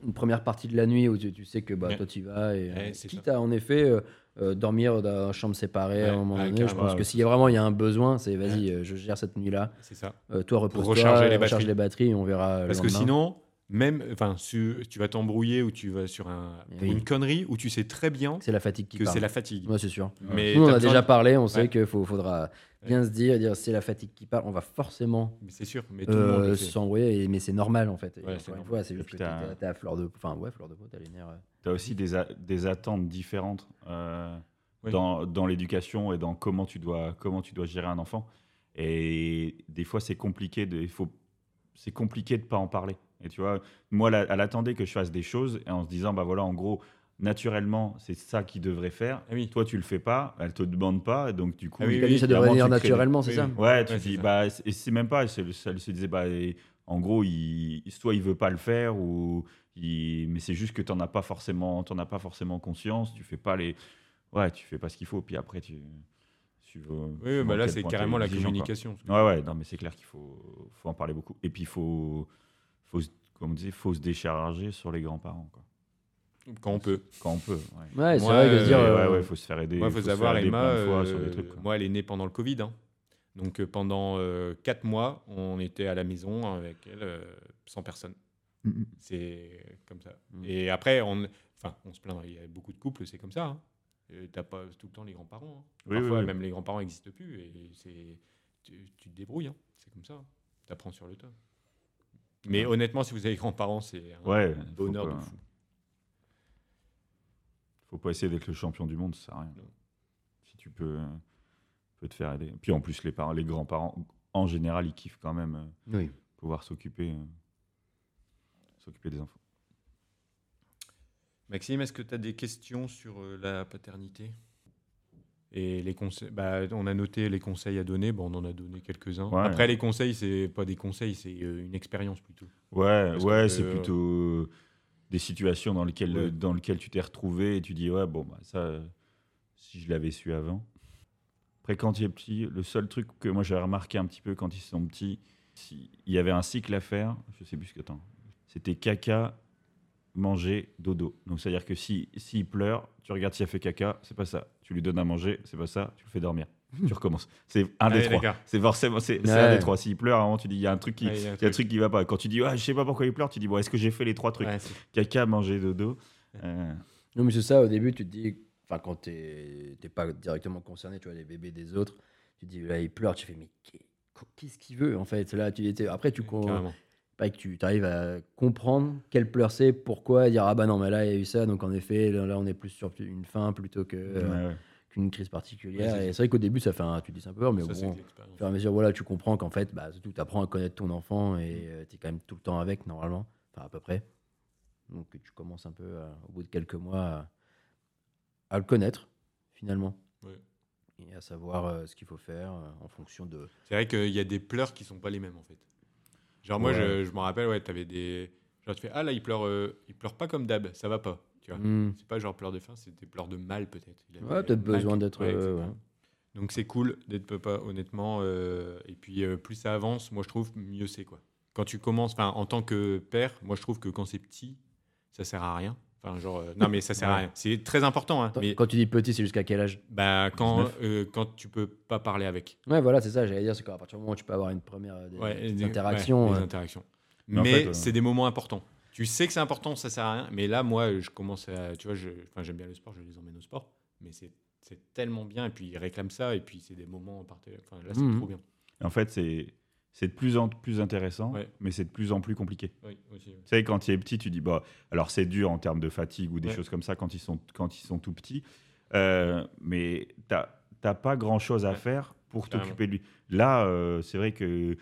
Speaker 4: une première partie de la nuit où tu, tu sais que bah,
Speaker 2: Ouais.
Speaker 4: toi tu y vas. Et, euh,
Speaker 2: Ouais, c'est
Speaker 4: quitte à en effet euh, euh, dormir dans une chambre séparée à un
Speaker 2: Ouais,
Speaker 4: moment
Speaker 2: ouais,
Speaker 4: donné, je
Speaker 2: carrément,
Speaker 4: pense
Speaker 1: ouais,
Speaker 4: que s'il y a vraiment il y a un besoin, c'est vas-y,
Speaker 2: Ouais.
Speaker 4: euh, je gère cette nuit-là.
Speaker 2: C'est ça.
Speaker 4: Euh, toi, repose-toi,
Speaker 2: recharger les
Speaker 4: euh, recharge
Speaker 2: batteries.
Speaker 4: les batteries et on verra. euh, le
Speaker 2: Parce que
Speaker 4: lendemain.
Speaker 2: sinon, même, enfin, su- tu vas t'embrouiller ou tu vas sur un, pour
Speaker 4: Oui.
Speaker 2: une connerie où tu sais très bien
Speaker 4: c'est la fatigue qui
Speaker 2: que c'est
Speaker 4: parle.
Speaker 2: la fatigue.
Speaker 4: Ouais, c'est sûr.
Speaker 2: Mais
Speaker 4: Nous, on
Speaker 2: t'as
Speaker 4: a
Speaker 2: besoin
Speaker 4: déjà
Speaker 2: de-
Speaker 4: parlé, on sait
Speaker 2: Ouais.
Speaker 4: qu'il faudra bien se dire, dire c'est la fatigue qui parle, on va forcément
Speaker 2: Mais c'est sûr, mais tout le monde
Speaker 4: euh,
Speaker 2: le fait.
Speaker 4: s'embrouiller, et- mais c'est normal en fait. Et
Speaker 2: Ouais,
Speaker 4: encore
Speaker 2: c'est
Speaker 4: une
Speaker 2: normal.
Speaker 4: fois, c'est
Speaker 1: Et
Speaker 4: juste que
Speaker 1: puis
Speaker 4: t'es
Speaker 1: t'as-
Speaker 4: t'es à fleur de peau, enfin ouais, fleur de peau, t'as les nerfs. euh.
Speaker 1: Tu as aussi des, a- des attentes différentes euh,
Speaker 2: Oui.
Speaker 1: dans, dans l'éducation et dans comment tu, dois, comment tu dois gérer un enfant. Et des fois, c'est compliqué de il faut c'est compliqué de pas en parler. Et tu vois, moi, la- elle attendait que je fasse des choses et en se disant, bah voilà, en gros, naturellement, c'est ça qu'il devrait faire.
Speaker 2: Ah oui.
Speaker 1: Toi, tu le fais pas, elle te demande pas, donc du coup,
Speaker 2: Ah oui,
Speaker 4: T'as dit, ça devrait
Speaker 1: clairement,
Speaker 4: venir
Speaker 1: tu crées des-
Speaker 4: naturellement, c'est
Speaker 2: Oui,
Speaker 4: ça
Speaker 2: oui.
Speaker 1: Ouais, tu
Speaker 2: Ouais,
Speaker 1: dis,
Speaker 2: c'est ça.
Speaker 1: bah, c- et c'est même pas, c'est le- ça lui se disait, bah, et- en gros, il, soit il veut pas le faire, ou il, mais c'est juste que t'en as pas forcément, t'en as pas forcément conscience, tu fais pas les, ouais, tu fais pas ce qu'il faut, puis après tu, tu veux- tu
Speaker 2: Oui,
Speaker 1: vois
Speaker 2: bah
Speaker 1: à
Speaker 2: là,
Speaker 1: quel
Speaker 2: c'est
Speaker 1: point
Speaker 2: carrément
Speaker 1: t'es
Speaker 2: la
Speaker 1: exigeant, quoi.
Speaker 2: communication.
Speaker 1: Ouais, ouais, non, mais c'est clair qu'il faut, faut en parler beaucoup, et puis il faut, faut, se- comme on disait, faut se décharger sur les grands-parents, quoi,
Speaker 2: Quand on peut.
Speaker 1: quand on peut. Ouais,
Speaker 4: Ouais, c'est
Speaker 2: Moi,
Speaker 4: vrai de se dire.
Speaker 1: ouais,
Speaker 4: euh,
Speaker 1: ouais, faut se faire aider.
Speaker 2: Moi, il faut,
Speaker 1: se
Speaker 2: savoir,
Speaker 1: faire aider
Speaker 2: Emma,
Speaker 1: plein de fois sur
Speaker 2: euh,
Speaker 1: des trucs, quoi.
Speaker 2: moi, elle est née pendant le Covid. hein. Donc, euh, pendant 4 mois, on était à la maison avec elle, euh, sans personne.
Speaker 1: Mhm.
Speaker 2: C'est euh, comme ça.
Speaker 1: Mm.
Speaker 4: Mhm.
Speaker 2: Et après, on, enfin, on se plaint. Il y a beaucoup de couples, c'est comme ça. hein. Euh, T'as pas tout le temps les grands-parents. hein.
Speaker 1: Oui,
Speaker 2: Parfois,
Speaker 1: oui, oui.
Speaker 2: même les grands-parents n'existent plus. Et c'est, tu, tu te débrouilles. hein. C'est comme ça. Tu T'apprends sur le tas. Mais
Speaker 1: Ouais.
Speaker 2: honnêtement, si vous avez grands-parents, c'est un
Speaker 1: Ouais, faut
Speaker 2: bonheur
Speaker 1: pas-
Speaker 2: de fou.
Speaker 1: faut pas essayer d'être le champion du monde, ça sert à rien.
Speaker 2: Non.
Speaker 1: Si tu peux, euh, peux te faire aider. Puis en plus, les parents, les grands-parents, en général, ils kiffent quand même euh,
Speaker 4: Oui.
Speaker 1: pouvoir s'occuper, euh, s'occuper des enfants.
Speaker 2: Maxime, est-ce que tu as des questions sur euh, la paternité et les conseils, bah, on a noté les conseils à donner, bon, on en a donné quelques-uns.
Speaker 1: Ouais.
Speaker 2: Après, les conseils, c'est pas des conseils, c'est euh, une expérience plutôt.
Speaker 1: Ouais,
Speaker 2: Parce
Speaker 1: ouais,
Speaker 2: que,
Speaker 1: c'est
Speaker 2: euh,
Speaker 1: plutôt des situations dans lesquelles,
Speaker 2: Ouais.
Speaker 1: dans lesquelles tu t'es retrouvé et tu dis ouais, bon, bah, ça, euh, si je l'avais su avant. Après, quand il est petit, le seul truc que moi j'avais remarqué un petit peu quand ils sont petits, si- il y avait un cycle à faire. Je sais plus ce que temps. C'était caca, manger, dodo. Donc c'est à dire que si s'il pleure, tu regardes s'il a fait caca, c'est pas ça. Tu lui donnes à manger, c'est pas ça. Tu le fais dormir. tu recommences. C'est un
Speaker 2: Allez,
Speaker 1: des
Speaker 2: les
Speaker 1: trois.
Speaker 2: gars.
Speaker 1: C'est forcément c'est c'est un
Speaker 4: Ouais.
Speaker 1: des trois. S'il pleure, à un moment tu dis il y a un truc qui
Speaker 2: Ouais, il y a un
Speaker 1: il y a un
Speaker 2: truc.
Speaker 1: truc qui va pas. Quand tu dis ah, je sais pas pourquoi il pleure, tu dis bon est-ce que j'ai fait les trois trucs
Speaker 2: Ouais, c'est-
Speaker 1: caca, manger, dodo. Euh,
Speaker 4: Non, mais c'est ça, au début, tu te dis, enfin, quand t'es t'es pas directement concerné, tu vois, les bébés des autres, tu te dis, là, il pleure, tu fais, mais qu'est- qu'est-ce qu'il veut, en fait Là, tu étais. Après, tu. con-
Speaker 2: carrément.
Speaker 4: pas que tu arrives à comprendre quel pleur c'est, pourquoi, et dire ah bah non, mais là il y a eu ça, donc en effet, là, là, on est plus sur une fin plutôt que, euh,
Speaker 1: ouais, ouais.
Speaker 4: qu'une crise particulière.
Speaker 2: Ouais, c'est
Speaker 4: et c'est vrai qu'au début, ça fait un, tu te dis ça un peu peur, mais
Speaker 2: Ça, c'est
Speaker 4: bon,
Speaker 2: de
Speaker 4: au
Speaker 2: l'expérience.
Speaker 4: fur et à mesure, voilà, tu comprends qu'en fait, bah, tu apprends à connaître ton enfant
Speaker 2: Mm.
Speaker 4: et tu es quand même tout le temps avec, normalement, enfin à peu près. Donc tu commences un peu, à- au bout de quelques mois, à, à le connaître, finalement.
Speaker 2: Ouais.
Speaker 4: Et à savoir euh, ce qu'il faut faire euh, en fonction de.
Speaker 2: C'est vrai qu'il y a des pleurs qui sont pas les mêmes en fait. Genre moi,
Speaker 1: Ouais.
Speaker 2: je, je me rappelle, ouais, t'avais des, genre tu fais, ah là, il pleure, euh, il pleure pas comme d'hab, ça va pas, tu vois.
Speaker 4: Hmm.
Speaker 2: C'est pas genre pleurs de faim, c'est des pleurs de mal peut-être. Il avait
Speaker 4: Ouais, peut-être
Speaker 2: mal
Speaker 4: besoin
Speaker 2: qui-
Speaker 4: d'être.
Speaker 2: Ouais,
Speaker 4: euh,
Speaker 2: exactement.
Speaker 4: ouais.
Speaker 2: Donc c'est cool d'être papa, honnêtement. euh, et puis euh, plus ça avance, moi je trouve, mieux c'est quoi. Quand tu commences, enfin en tant que père, moi je trouve que quand c'est petit, ça sert à rien. Enfin genre, euh, non mais ça sert à
Speaker 1: Ouais.
Speaker 2: rien. C'est très important, hein,
Speaker 4: Attends,
Speaker 2: mais
Speaker 4: Quand tu dis petit, c'est jusqu'à quel âge
Speaker 2: bah, quand,
Speaker 1: 19.
Speaker 2: euh, quand tu peux pas parler avec.
Speaker 4: Ouais, voilà, c'est ça, j'allais dire, c'est qu'à partir du moment où tu peux avoir une première euh, des,
Speaker 2: Ouais,
Speaker 4: petites
Speaker 2: des-
Speaker 4: interactions,
Speaker 2: ouais, des
Speaker 4: euh,
Speaker 2: interactions.
Speaker 1: Mais en
Speaker 2: Mais,
Speaker 1: fait, euh,
Speaker 2: c'est des moments importants. Tu sais que c'est important, ça sert à rien. Mais là, moi, je commence à. Tu vois, je- enfin, j'aime bien le sport, je les emmène au sport. Mais c'est c'est tellement bien. Et puis ils réclament ça. Et puis c'est des moments partagés. Enfin, là, c'est
Speaker 4: Mhm.
Speaker 2: trop bien.
Speaker 1: En fait, c'est c'est de plus en plus intéressant,
Speaker 2: Ouais.
Speaker 1: mais c'est de plus en plus compliqué.
Speaker 2: Oui, aussi.
Speaker 1: Tu sais, quand tu es petit, tu dis, bah, alors c'est dur en termes de fatigue ou des
Speaker 2: Ouais.
Speaker 1: choses comme ça quand ils sont, quand ils sont tout petits, euh, mais t'as t'as pas grand chose à
Speaker 2: Ouais.
Speaker 1: faire pour
Speaker 2: Carrément.
Speaker 1: t'occuper de lui. Là, euh, c'est vrai que.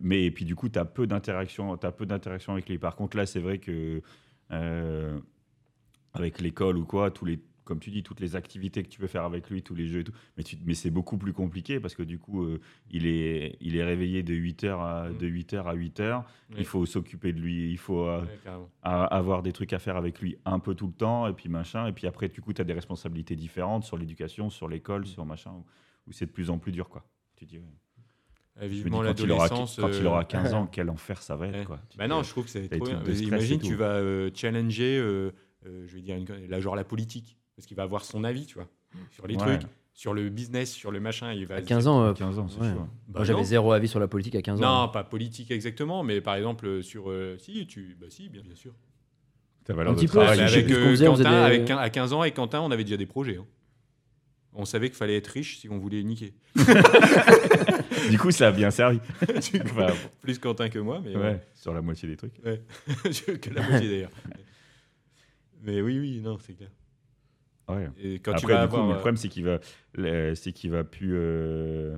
Speaker 1: Mais et puis du coup, tu as peu d'interactions avec lui. Par contre, là, c'est vrai que euh, avec l'école ou quoi, tous les, comme tu dis, toutes les activités que tu peux faire avec lui, tous les jeux et tout, mais, tu- mais c'est beaucoup plus compliqué parce que du coup, euh, il, est, il est réveillé de 8h à,
Speaker 2: Mm.
Speaker 1: de 8h à 8h.
Speaker 2: Ouais.
Speaker 1: Il faut s'occuper de lui, il faut euh,
Speaker 2: Ouais, carrément.
Speaker 1: à avoir des trucs à faire avec lui un peu tout le temps, et puis machin. Et puis après, du coup, tu as des responsabilités
Speaker 2: Mm.
Speaker 1: différentes sur l'éducation, sur l'école, sur machin, où, où c'est de plus en plus dur, quoi. Tu dis, ouais.
Speaker 2: Euh,
Speaker 1: Je me dis,
Speaker 2: Vivement
Speaker 1: quand il, aura,
Speaker 2: l'adolescence.
Speaker 1: quand il
Speaker 2: euh,
Speaker 1: aura 15 ans, quel enfer ça va être.
Speaker 2: ouais.
Speaker 1: Quoi. Tu
Speaker 2: Bah
Speaker 1: te-
Speaker 2: non, je trouve que c'est
Speaker 1: t'as des
Speaker 2: trop bien.
Speaker 1: trucs de
Speaker 2: Mais
Speaker 1: stress et
Speaker 2: Imagine,
Speaker 1: tout. hein.
Speaker 2: tu vas euh, challenger, euh, euh, je vais dire, une connerie, là, genre la politique, parce qu'il va avoir son avis, tu vois, sur les
Speaker 1: Ouais.
Speaker 2: trucs, sur le business, sur le machin. Il va
Speaker 4: À 15 ans, euh,
Speaker 1: 15 ans, c'est
Speaker 4: ouais.
Speaker 1: chaud. hein.
Speaker 2: Bah
Speaker 4: moi j'avais
Speaker 2: non.
Speaker 4: zéro avis sur la politique à 15 ans. hein.
Speaker 2: Non, bah, pas politique exactement, mais par exemple euh, sur euh, si tu bah si bien, bien sûr.
Speaker 1: T'as valeur
Speaker 4: Un
Speaker 1: de
Speaker 4: petit peu,
Speaker 2: Ah,
Speaker 1: travail.
Speaker 4: je
Speaker 2: mais
Speaker 4: sais
Speaker 2: avec
Speaker 4: plus ce qu'on
Speaker 2: euh,
Speaker 4: faisait, on faisait
Speaker 2: Quentin,
Speaker 4: des-
Speaker 2: avec quin- à 15 ans et Quentin, on avait déjà des projets. hein. On savait qu'il fallait être riche si on voulait niquer.
Speaker 1: Du coup, ça a bien servi.
Speaker 2: Du coup,
Speaker 1: Enfin,
Speaker 2: plus Quentin que moi, mais
Speaker 1: ouais, Sur la moitié des trucs.
Speaker 2: ouais. que la moitié d'ailleurs. Mais oui, oui, non, c'est clair.
Speaker 1: Ouais.
Speaker 2: Et quand tu
Speaker 1: Après,
Speaker 2: vas
Speaker 1: du coup,
Speaker 2: avoir,
Speaker 1: mais le
Speaker 2: euh,
Speaker 1: problème, c'est qu'il va, le- c'est qu'il va plus. euh,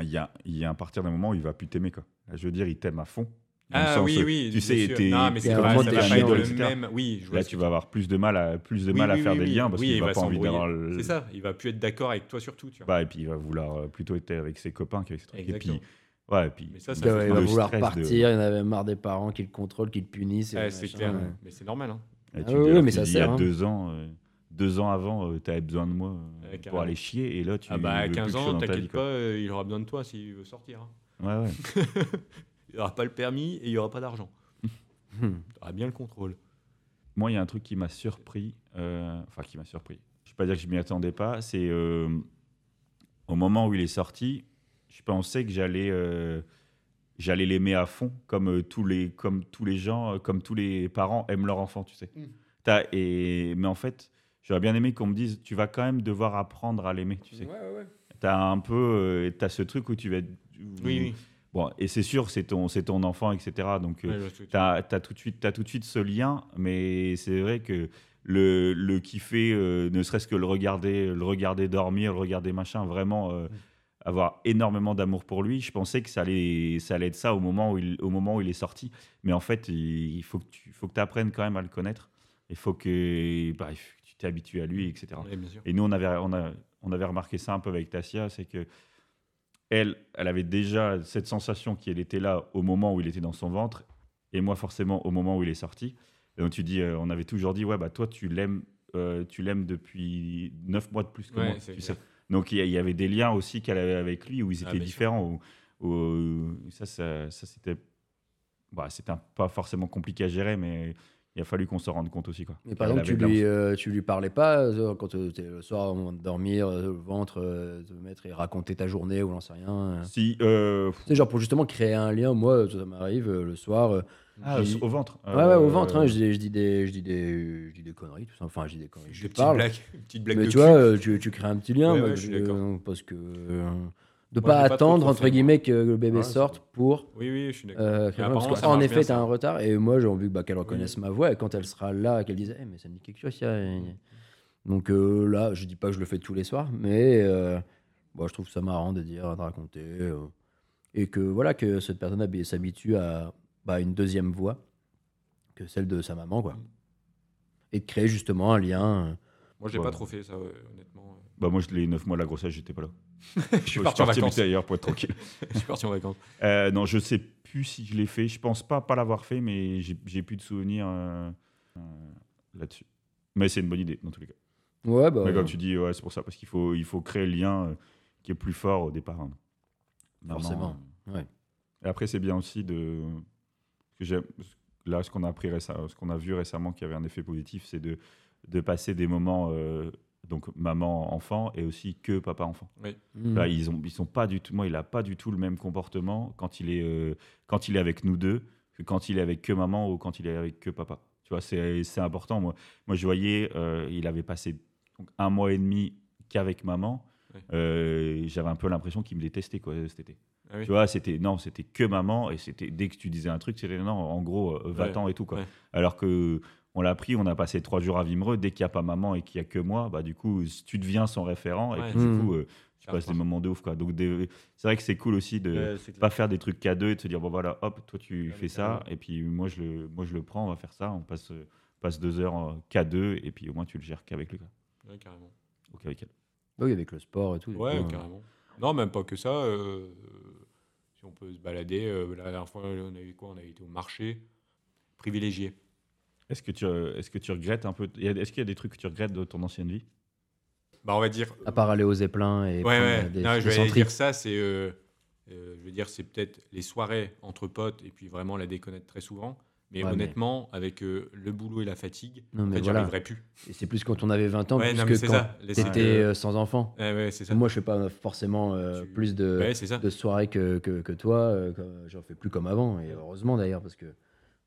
Speaker 1: Il y a, il y a un partir d'un moment où il va plus t'aimer, quoi. Je veux dire, il t'aime à fond. Dans le
Speaker 2: ah
Speaker 1: sens,
Speaker 2: oui,
Speaker 1: euh,
Speaker 2: oui,
Speaker 1: tu
Speaker 2: bien
Speaker 1: sais,
Speaker 2: sûr.
Speaker 1: t'es-
Speaker 2: non, mais
Speaker 1: t'es
Speaker 2: c'est
Speaker 4: un
Speaker 2: pas,
Speaker 4: moment,
Speaker 2: ça
Speaker 4: t'es
Speaker 2: va
Speaker 4: un
Speaker 2: pas être
Speaker 4: idole,
Speaker 2: le
Speaker 1: etc.
Speaker 2: même. Oui, je vois
Speaker 1: Là,
Speaker 2: ce
Speaker 1: tu
Speaker 2: que
Speaker 1: vas avoir plus de mal à, plus de
Speaker 2: Oui,
Speaker 1: mal à
Speaker 2: oui,
Speaker 1: faire
Speaker 2: oui,
Speaker 1: des
Speaker 2: oui.
Speaker 1: liens parce
Speaker 2: Oui,
Speaker 1: qu'il
Speaker 2: il
Speaker 1: va,
Speaker 2: va
Speaker 1: pas envie
Speaker 2: s'embrouiller.
Speaker 1: d'avoir. le-
Speaker 2: C'est ça, il va plus être d'accord avec toi sur tout, tu vois.
Speaker 1: Bah, et puis il va vouloir euh, plutôt être avec ses copains qu'avec ses trucs. Et
Speaker 2: Exactement.
Speaker 1: puis, ouais, et puis.
Speaker 2: Mais ça, ça
Speaker 4: Il
Speaker 2: fait
Speaker 1: le
Speaker 2: mal.
Speaker 4: va
Speaker 1: stress
Speaker 4: vouloir
Speaker 1: de-
Speaker 4: partir, il y en avait marre des parents qui le contrôlent, qui le punissent. et
Speaker 2: Ah,
Speaker 4: le
Speaker 2: c'est
Speaker 4: machin,
Speaker 2: clair,
Speaker 4: ouais.
Speaker 2: mais c'est normal. hein.
Speaker 1: Et
Speaker 4: Ah
Speaker 1: tu
Speaker 4: oui,
Speaker 1: dis,
Speaker 4: oui, mais
Speaker 1: tu
Speaker 4: ça
Speaker 1: dis,
Speaker 4: sert,
Speaker 1: Il y a
Speaker 4: hein.
Speaker 1: deux ans, euh, deux ans avant, tu t'avais besoin de moi euh,
Speaker 2: Ouais,
Speaker 1: pour
Speaker 2: carrément.
Speaker 1: aller chier, et là, tu.
Speaker 2: Ah bah à
Speaker 1: veux plus
Speaker 2: 15
Speaker 1: que je sois
Speaker 2: ans,
Speaker 1: dans ta vie,
Speaker 2: t'inquiète
Speaker 1: quoi.
Speaker 2: pas, euh, il aura besoin de toi s'il veut sortir.
Speaker 1: Ouais,
Speaker 2: hein.
Speaker 1: ouais.
Speaker 2: Il aura pas le permis et il aura pas d'argent.
Speaker 4: Hmm.
Speaker 2: T'auras bien le contrôle.
Speaker 1: Moi, il y a un truc qui m'a surpris, euh, enfin qui m'a surpris. Je ne vais pas dire que je m'y attendais pas. C'est euh, au moment où il est sorti, je pensais que j'allais, euh, j'allais l'aimer à fond, comme euh, tous les, comme tous les gens, euh, comme tous les parents aiment leur enfant, tu sais.
Speaker 2: Mm.
Speaker 1: T'as- et mais en fait, j'aurais bien aimé qu'on me dise, tu vas quand même devoir apprendre à l'aimer, tu sais. T'as un peu, euh, t'as ce truc où tu vas. être- où-
Speaker 2: Oui, oui.
Speaker 1: Bon, et c'est sûr, c'est ton, c'est ton enfant, etc. Donc euh,
Speaker 2: Ouais, je vois ce que tu-
Speaker 1: T'as as tout, de suite- t'as tout de suite ce lien, mais c'est vrai que le, le kiffer, euh, ne serait-ce que le regarder, le regarder dormir, le regarder machin, vraiment euh, avoir énormément d'amour pour lui, je pensais que ça allait, ça allait être ça au moment où il, au moment où il est sorti. Mais en fait, il, il faut que tu faut que apprennes quand même à le connaître. Il faut que, bah, il faut que tu t'habitues à lui, etc.
Speaker 2: Ouais, bien sûr.
Speaker 1: Et nous, on avait, on, a- on avait remarqué ça un peu avec Tassia, c'est que elle, elle avait déjà cette sensation qu'elle était là au moment où il était dans son ventre, et moi forcément au moment où il est sorti. Et donc tu dis, euh, on avait toujours dit, ouais, bah toi tu l'aimes, euh, tu l'aimes depuis neuf mois de plus que
Speaker 2: Ouais,
Speaker 1: moi.
Speaker 2: c'est
Speaker 1: tu
Speaker 2: clair.
Speaker 1: sais. Donc il y, a- il y avait des liens aussi qu'elle avait avec lui où ils
Speaker 2: Ah,
Speaker 1: étaient
Speaker 2: bien sûr.
Speaker 1: différents. Où, où- ça, ça, ça, c'était, bah, c'était un- pas forcément compliqué à gérer, mais il a fallu qu'on s'en rende compte aussi quoi.
Speaker 4: Mais par
Speaker 1: Elle
Speaker 4: exemple, tu
Speaker 1: avait de
Speaker 4: lui,
Speaker 1: l'enfant.
Speaker 4: euh, tu lui parlais pas euh, quand tu étais le soir au moment de dormir, euh, le ventre, euh, te mettre et raconter ta journée ou j'en sais rien. C'est
Speaker 1: Si, euh,
Speaker 4: genre pour justement créer un lien. Moi, ça m'arrive euh, le soir. euh,
Speaker 1: Ah,
Speaker 4: J'ai-
Speaker 1: au ventre.
Speaker 4: ouais, ouais, au ventre. hein, je, dis- je dis des, je dis des, je dis des conneries, tout ça. Enfin, je dis des conneries. Je
Speaker 2: Des
Speaker 4: te
Speaker 2: petites
Speaker 4: parle.
Speaker 2: blagues, des petites blagues
Speaker 4: Mais
Speaker 2: de
Speaker 4: tu
Speaker 2: cul.
Speaker 4: vois, euh, tu, tu crées un petit lien.
Speaker 2: Ouais,
Speaker 4: bah,
Speaker 2: ouais, je suis
Speaker 4: je-
Speaker 2: d'accord.
Speaker 4: euh, parce que euh,
Speaker 2: Moi, j'ai
Speaker 4: de pas
Speaker 2: pas trop
Speaker 4: attendre
Speaker 2: trop
Speaker 4: entre
Speaker 2: fait,
Speaker 4: guillemets que le bébé
Speaker 2: Ouais, c'est
Speaker 4: sorte pour.
Speaker 2: Oui, oui, je suis d'accord.
Speaker 4: Euh,
Speaker 2: Mais
Speaker 4: parce
Speaker 2: Ah, apparemment,
Speaker 4: que,
Speaker 2: ça
Speaker 4: en
Speaker 2: marche bien,
Speaker 4: effet, tu as
Speaker 2: ça.
Speaker 4: un retard. Et moi, j'ai envie bah, qu'elle reconnaisse ma voix. Et quand elle sera là, et qu'elle dise Eh, mais ça me dit quelque chose. ça.
Speaker 2: Mm.
Speaker 4: Donc euh, là, je dis pas que je le fais tous les soirs, mais euh, bah, je trouve ça marrant de dire, de raconter. euh, et que voilà, que cette personne hab- s'habitue à bah, une deuxième voix que celle de sa maman. Quoi.
Speaker 2: Mm.
Speaker 4: Et de créer justement un lien. euh,
Speaker 2: Moi, j'ai
Speaker 1: Ouais.
Speaker 2: pas trop fait ça, ouais, honnêtement.
Speaker 1: Bah moi, je les 9 mois de la grossesse, j'étais pas là.
Speaker 2: je suis parti en vacances.
Speaker 1: d'ailleurs pour être tranquille.
Speaker 2: Je suis parti en vacances.
Speaker 1: Euh, non, je sais plus si je l'ai fait. Je pense pas pas l'avoir fait, mais j'ai j'ai plus de souvenirs euh, euh, là-dessus. Mais c'est une bonne idée dans tous les cas.
Speaker 4: Ouais, bah,
Speaker 1: Mais comme tu dis, ouais, c'est pour ça parce qu'il faut il faut créer le lien euh, qui est plus fort au départ. hein. Normalement,
Speaker 4: Forcément,
Speaker 1: euh.
Speaker 4: ouais.
Speaker 1: Et après, c'est bien aussi de que j'aime- là ce qu'on a appris récemment, ce qu'on a vu récemment qui avait un effet positif, c'est de de passer des moments euh, donc maman enfant et aussi que papa enfant.
Speaker 2: Mmh.
Speaker 4: mm.
Speaker 2: Bah,
Speaker 1: Là, ils ont, ils sont pas du tout. Moi, il a pas du tout le même comportement quand il est, euh, quand il est avec nous deux que quand il est avec que maman ou quand il est avec que papa. Tu vois, c'est c'est important. Moi, moi, je voyais, euh, il avait passé donc, un mois et demi qu'avec maman.
Speaker 2: Ouais.
Speaker 1: Euh, J'avais un peu l'impression qu'il me détestait quoi cet été.
Speaker 2: Ah oui.
Speaker 1: Tu vois, c'était non, c'était que maman et c'était dès que tu disais un truc, c'était non, en gros, euh, va-t'en et tout quoi.
Speaker 2: ouais.
Speaker 1: Alors que on l'a pris, on a passé trois jours à Vimereux. Dès qu'il n'y a pas maman et qu'il n'y a que moi, bah du coup, tu deviens son référent
Speaker 2: Ouais.
Speaker 1: et puis, du
Speaker 4: Mhm.
Speaker 1: coup, euh, tu
Speaker 2: Je
Speaker 1: passes des moments de ouf quoi. Donc des- c'est vrai que c'est cool aussi de
Speaker 2: C'est
Speaker 1: euh, pas faire des trucs cadeaux et de se dire bon voilà hop toi tu
Speaker 2: Ouais,
Speaker 1: fais
Speaker 2: mais
Speaker 1: ça
Speaker 2: carrément.
Speaker 1: et puis moi je le moi je le prends on va faire ça on passe euh, passe deux heures en K2 et puis au moins tu le gères qu'avec lui quoi.
Speaker 2: Ouais, carrément.
Speaker 1: Ou qu'avec elle.
Speaker 4: Bah oui, avec le sport et tout. du
Speaker 2: Ouais,
Speaker 4: coup, euh,
Speaker 2: carrément. Non, même pas que ça. euh, si on peut se balader, euh, la dernière fois, on avait quoi On avait été au marché privilégié.
Speaker 1: Est-ce que tu euh, est-ce que tu regrettes un peu y a- est-ce qu'il y a des trucs que tu regrettes de ton ancienne vie
Speaker 2: Bah, on va dire.
Speaker 4: À part aller aux éplins et
Speaker 2: ouais,
Speaker 4: prendre, euh,
Speaker 2: ouais.
Speaker 4: des,
Speaker 2: non,
Speaker 4: des
Speaker 2: je vais
Speaker 4: centripes.
Speaker 2: dire ça, c'est. euh, Euh, je veux dire, c'est peut-être les soirées entre potes et puis vraiment la déconnecte très souvent. Mais
Speaker 4: Ouais, mais-
Speaker 2: honnêtement, avec euh, le boulot et la fatigue,
Speaker 4: Non,
Speaker 2: en
Speaker 4: mais
Speaker 2: fait, j'y
Speaker 4: voilà.
Speaker 2: arriverai plus.
Speaker 4: Et c'est plus quand on avait 20 ans
Speaker 2: Ouais,
Speaker 4: plus
Speaker 2: non, mais
Speaker 4: que
Speaker 2: c'est
Speaker 4: quand
Speaker 2: ça. Les- c'est
Speaker 4: t'étais
Speaker 2: que-
Speaker 4: euh, sans enfant.
Speaker 2: Ouais, ouais, c'est ça.
Speaker 4: Moi, je fais pas forcément euh,
Speaker 2: Tu-
Speaker 4: plus de,
Speaker 2: Ouais, c'est ça.
Speaker 4: de soirées que, que, que toi. euh, comme- J'en fais plus comme avant. Et heureusement d'ailleurs, parce que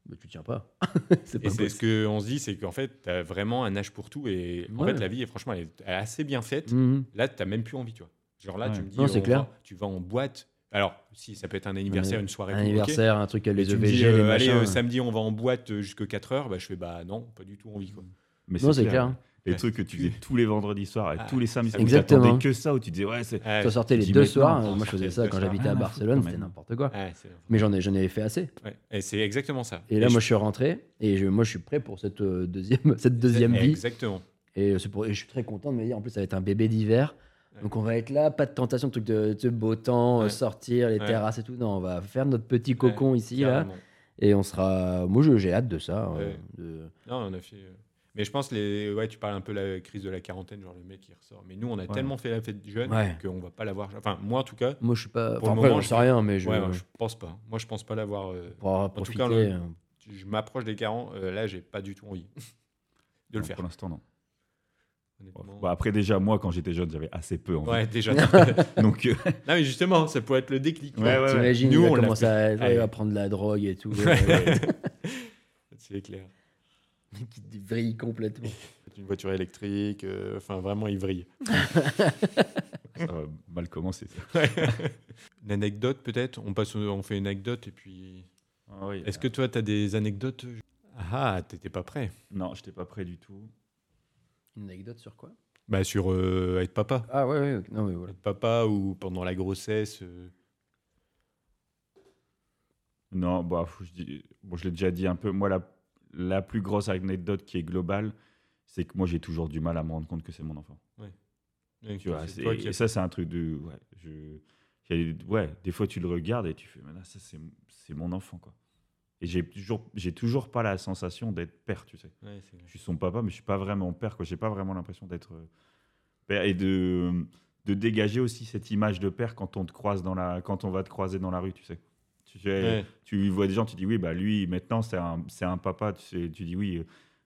Speaker 4: bah, tu tiens pas. c'est pas
Speaker 2: Et c'est
Speaker 4: possible.
Speaker 2: ce qu'on se dit, c'est qu'en fait, tu as vraiment un âge pour tout. Et en
Speaker 4: Ouais.
Speaker 2: fait, la vie, est, franchement, elle est elle est assez bien faite.
Speaker 4: Mhm.
Speaker 2: Là, tu même plus envie, tu vois. Genre là,
Speaker 1: Ouais.
Speaker 2: tu me dis,
Speaker 4: Non, c'est
Speaker 2: on
Speaker 4: clair.
Speaker 2: va- tu vas en boîte. Alors, si ça peut être un anniversaire, une soirée,
Speaker 4: Un
Speaker 2: tout, ok.
Speaker 4: anniversaire, un truc à
Speaker 2: Mais
Speaker 4: les
Speaker 2: tu me dis,
Speaker 4: EVG, les
Speaker 2: euh, allez,
Speaker 4: machins.
Speaker 2: euh, samedi, on va en boîte euh, jusque 4 heures. Bah, je fais, bah non, pas du tout envie. Quoi.
Speaker 4: Mm.
Speaker 1: Mais
Speaker 4: non, c'est clair. hein.
Speaker 1: Les
Speaker 2: Ouais,
Speaker 1: trucs que
Speaker 2: c'est
Speaker 1: tu
Speaker 2: clair.
Speaker 1: faisais tous les vendredis soirs et
Speaker 2: Ah,
Speaker 1: tous les samedis soirs.
Speaker 4: Exactement.
Speaker 1: Exactement. que ça où tu disais, ouais, c'est.
Speaker 2: Ouais,
Speaker 4: Ça sortait les
Speaker 1: j'y
Speaker 4: deux
Speaker 1: mets- non,
Speaker 4: soirs.
Speaker 2: non,
Speaker 4: euh, Moi,
Speaker 2: ça
Speaker 4: je faisais
Speaker 2: fait
Speaker 4: ça
Speaker 2: deux
Speaker 4: quand
Speaker 2: soirs.
Speaker 4: j'habitais
Speaker 1: Rien
Speaker 4: à
Speaker 1: à foutre,
Speaker 4: Barcelone.
Speaker 1: quand
Speaker 4: C'était
Speaker 1: même.
Speaker 4: n'importe quoi.
Speaker 2: ouais, c'est-
Speaker 4: Mais j'en ai, j'en avais fait assez.
Speaker 2: ouais. Et c'est exactement ça.
Speaker 4: Et là, moi, je suis rentré et je, moi, je suis prêt pour cette euh, deuxième, cette deuxième vie.
Speaker 2: Exactement.
Speaker 4: Et, euh, c'est pour, et je suis très content de me dire, en plus, ça va être un bébé d'hiver.
Speaker 2: Ouais.
Speaker 4: Donc, on va être là, pas de tentation, de truc de, de beau temps, euh,
Speaker 2: Ouais.
Speaker 4: sortir, les
Speaker 2: Ouais.
Speaker 4: terrasses et tout. Non, on va faire notre petit cocon ici, là.
Speaker 2: Carrément.
Speaker 4: Et on sera. Moi, je- j'ai hâte de ça. euh,
Speaker 2: Ouais.
Speaker 4: de-
Speaker 2: Non, on a fait. euh, Mais je pense les. Ouais, tu parles un peu la crise de la quarantaine, genre le mec qui ressort. Mais nous, on a tellement fait la fête jeune
Speaker 4: Ouais.
Speaker 2: qu'on va pas l'avoir. Enfin, moi en tout cas.
Speaker 4: Moi, je suis pas.
Speaker 2: Pour
Speaker 4: Enfin,
Speaker 2: le
Speaker 4: après,
Speaker 2: moment,
Speaker 4: j'en
Speaker 2: je-
Speaker 4: sais rien, mais je.
Speaker 2: ouais, ouais, je pense pas. Moi, je pense pas l'avoir. euh,
Speaker 4: Pour avoir
Speaker 2: tout
Speaker 4: profité.
Speaker 2: cas, le-
Speaker 4: euh,
Speaker 2: Je m'approche des 40. euh, là, j'ai pas du tout envie de le
Speaker 1: Non,
Speaker 2: faire.
Speaker 1: Pour l'instant, non.
Speaker 2: honnêtement.
Speaker 4: bah,
Speaker 1: Bon, après, déjà, moi, quand j'étais jeune, j'avais assez peu envie.
Speaker 2: Ouais, déjà.
Speaker 1: Donc, euh,
Speaker 2: non, mais justement, ça pourrait être le déclic.
Speaker 1: Ouais, ouais, ouais.
Speaker 4: T'imagines,
Speaker 2: Nous,
Speaker 4: il
Speaker 2: on
Speaker 4: va
Speaker 2: l'a
Speaker 4: commencer à, ouais,
Speaker 2: Allez.
Speaker 4: il va prendre la drogue et tout.
Speaker 2: C'est clair.
Speaker 4: qui vrille complètement.
Speaker 2: C'est Une voiture électrique, euh, enfin vraiment ivrie.
Speaker 1: ça va mal commencer. ça.
Speaker 2: Une anecdote peut-être On passe, au- on fait une anecdote et puis. Est-ce que toi, tu as des anecdotes Ah, ah, t'étais pas prêt.
Speaker 1: Non, j'étais pas prêt du tout.
Speaker 4: Une anecdote sur quoi
Speaker 2: Bah sur euh, être papa.
Speaker 4: Ah ouais, ouais, ok. non mais voilà.
Speaker 2: Être papa ou pendant la grossesse. euh,
Speaker 1: Non, bah, faut que je, dis- bon, je l'ai déjà dit un peu. Moi, la, la plus grosse anecdote qui est globale, c'est que moi, j'ai toujours du mal à me rendre compte que c'est mon enfant. Tu vois,
Speaker 2: c'est
Speaker 1: c'est-
Speaker 2: toi qui
Speaker 1: et
Speaker 2: as-
Speaker 1: ça, c'est un truc de. Ouais, je- j'ai- ouais, des fois, tu le regardes et tu fais, mais là, ça, c'est c'est mon enfant, quoi. Et j'ai toujours, j'ai toujours pas la sensation d'être père, tu sais.
Speaker 2: Ouais, c'est clair.
Speaker 1: Je suis son papa, mais je suis pas vraiment père, quoi. J'ai pas vraiment l'impression d'être euh, père et de, de dégager aussi cette image de père quand on te croise dans la, quand on va te croiser dans la rue, tu sais. Tu sais,
Speaker 2: Ouais.
Speaker 1: tu vois des gens, tu dis oui, bah lui, maintenant, c'est un, c'est un papa. Tu, sais, tu dis oui. euh,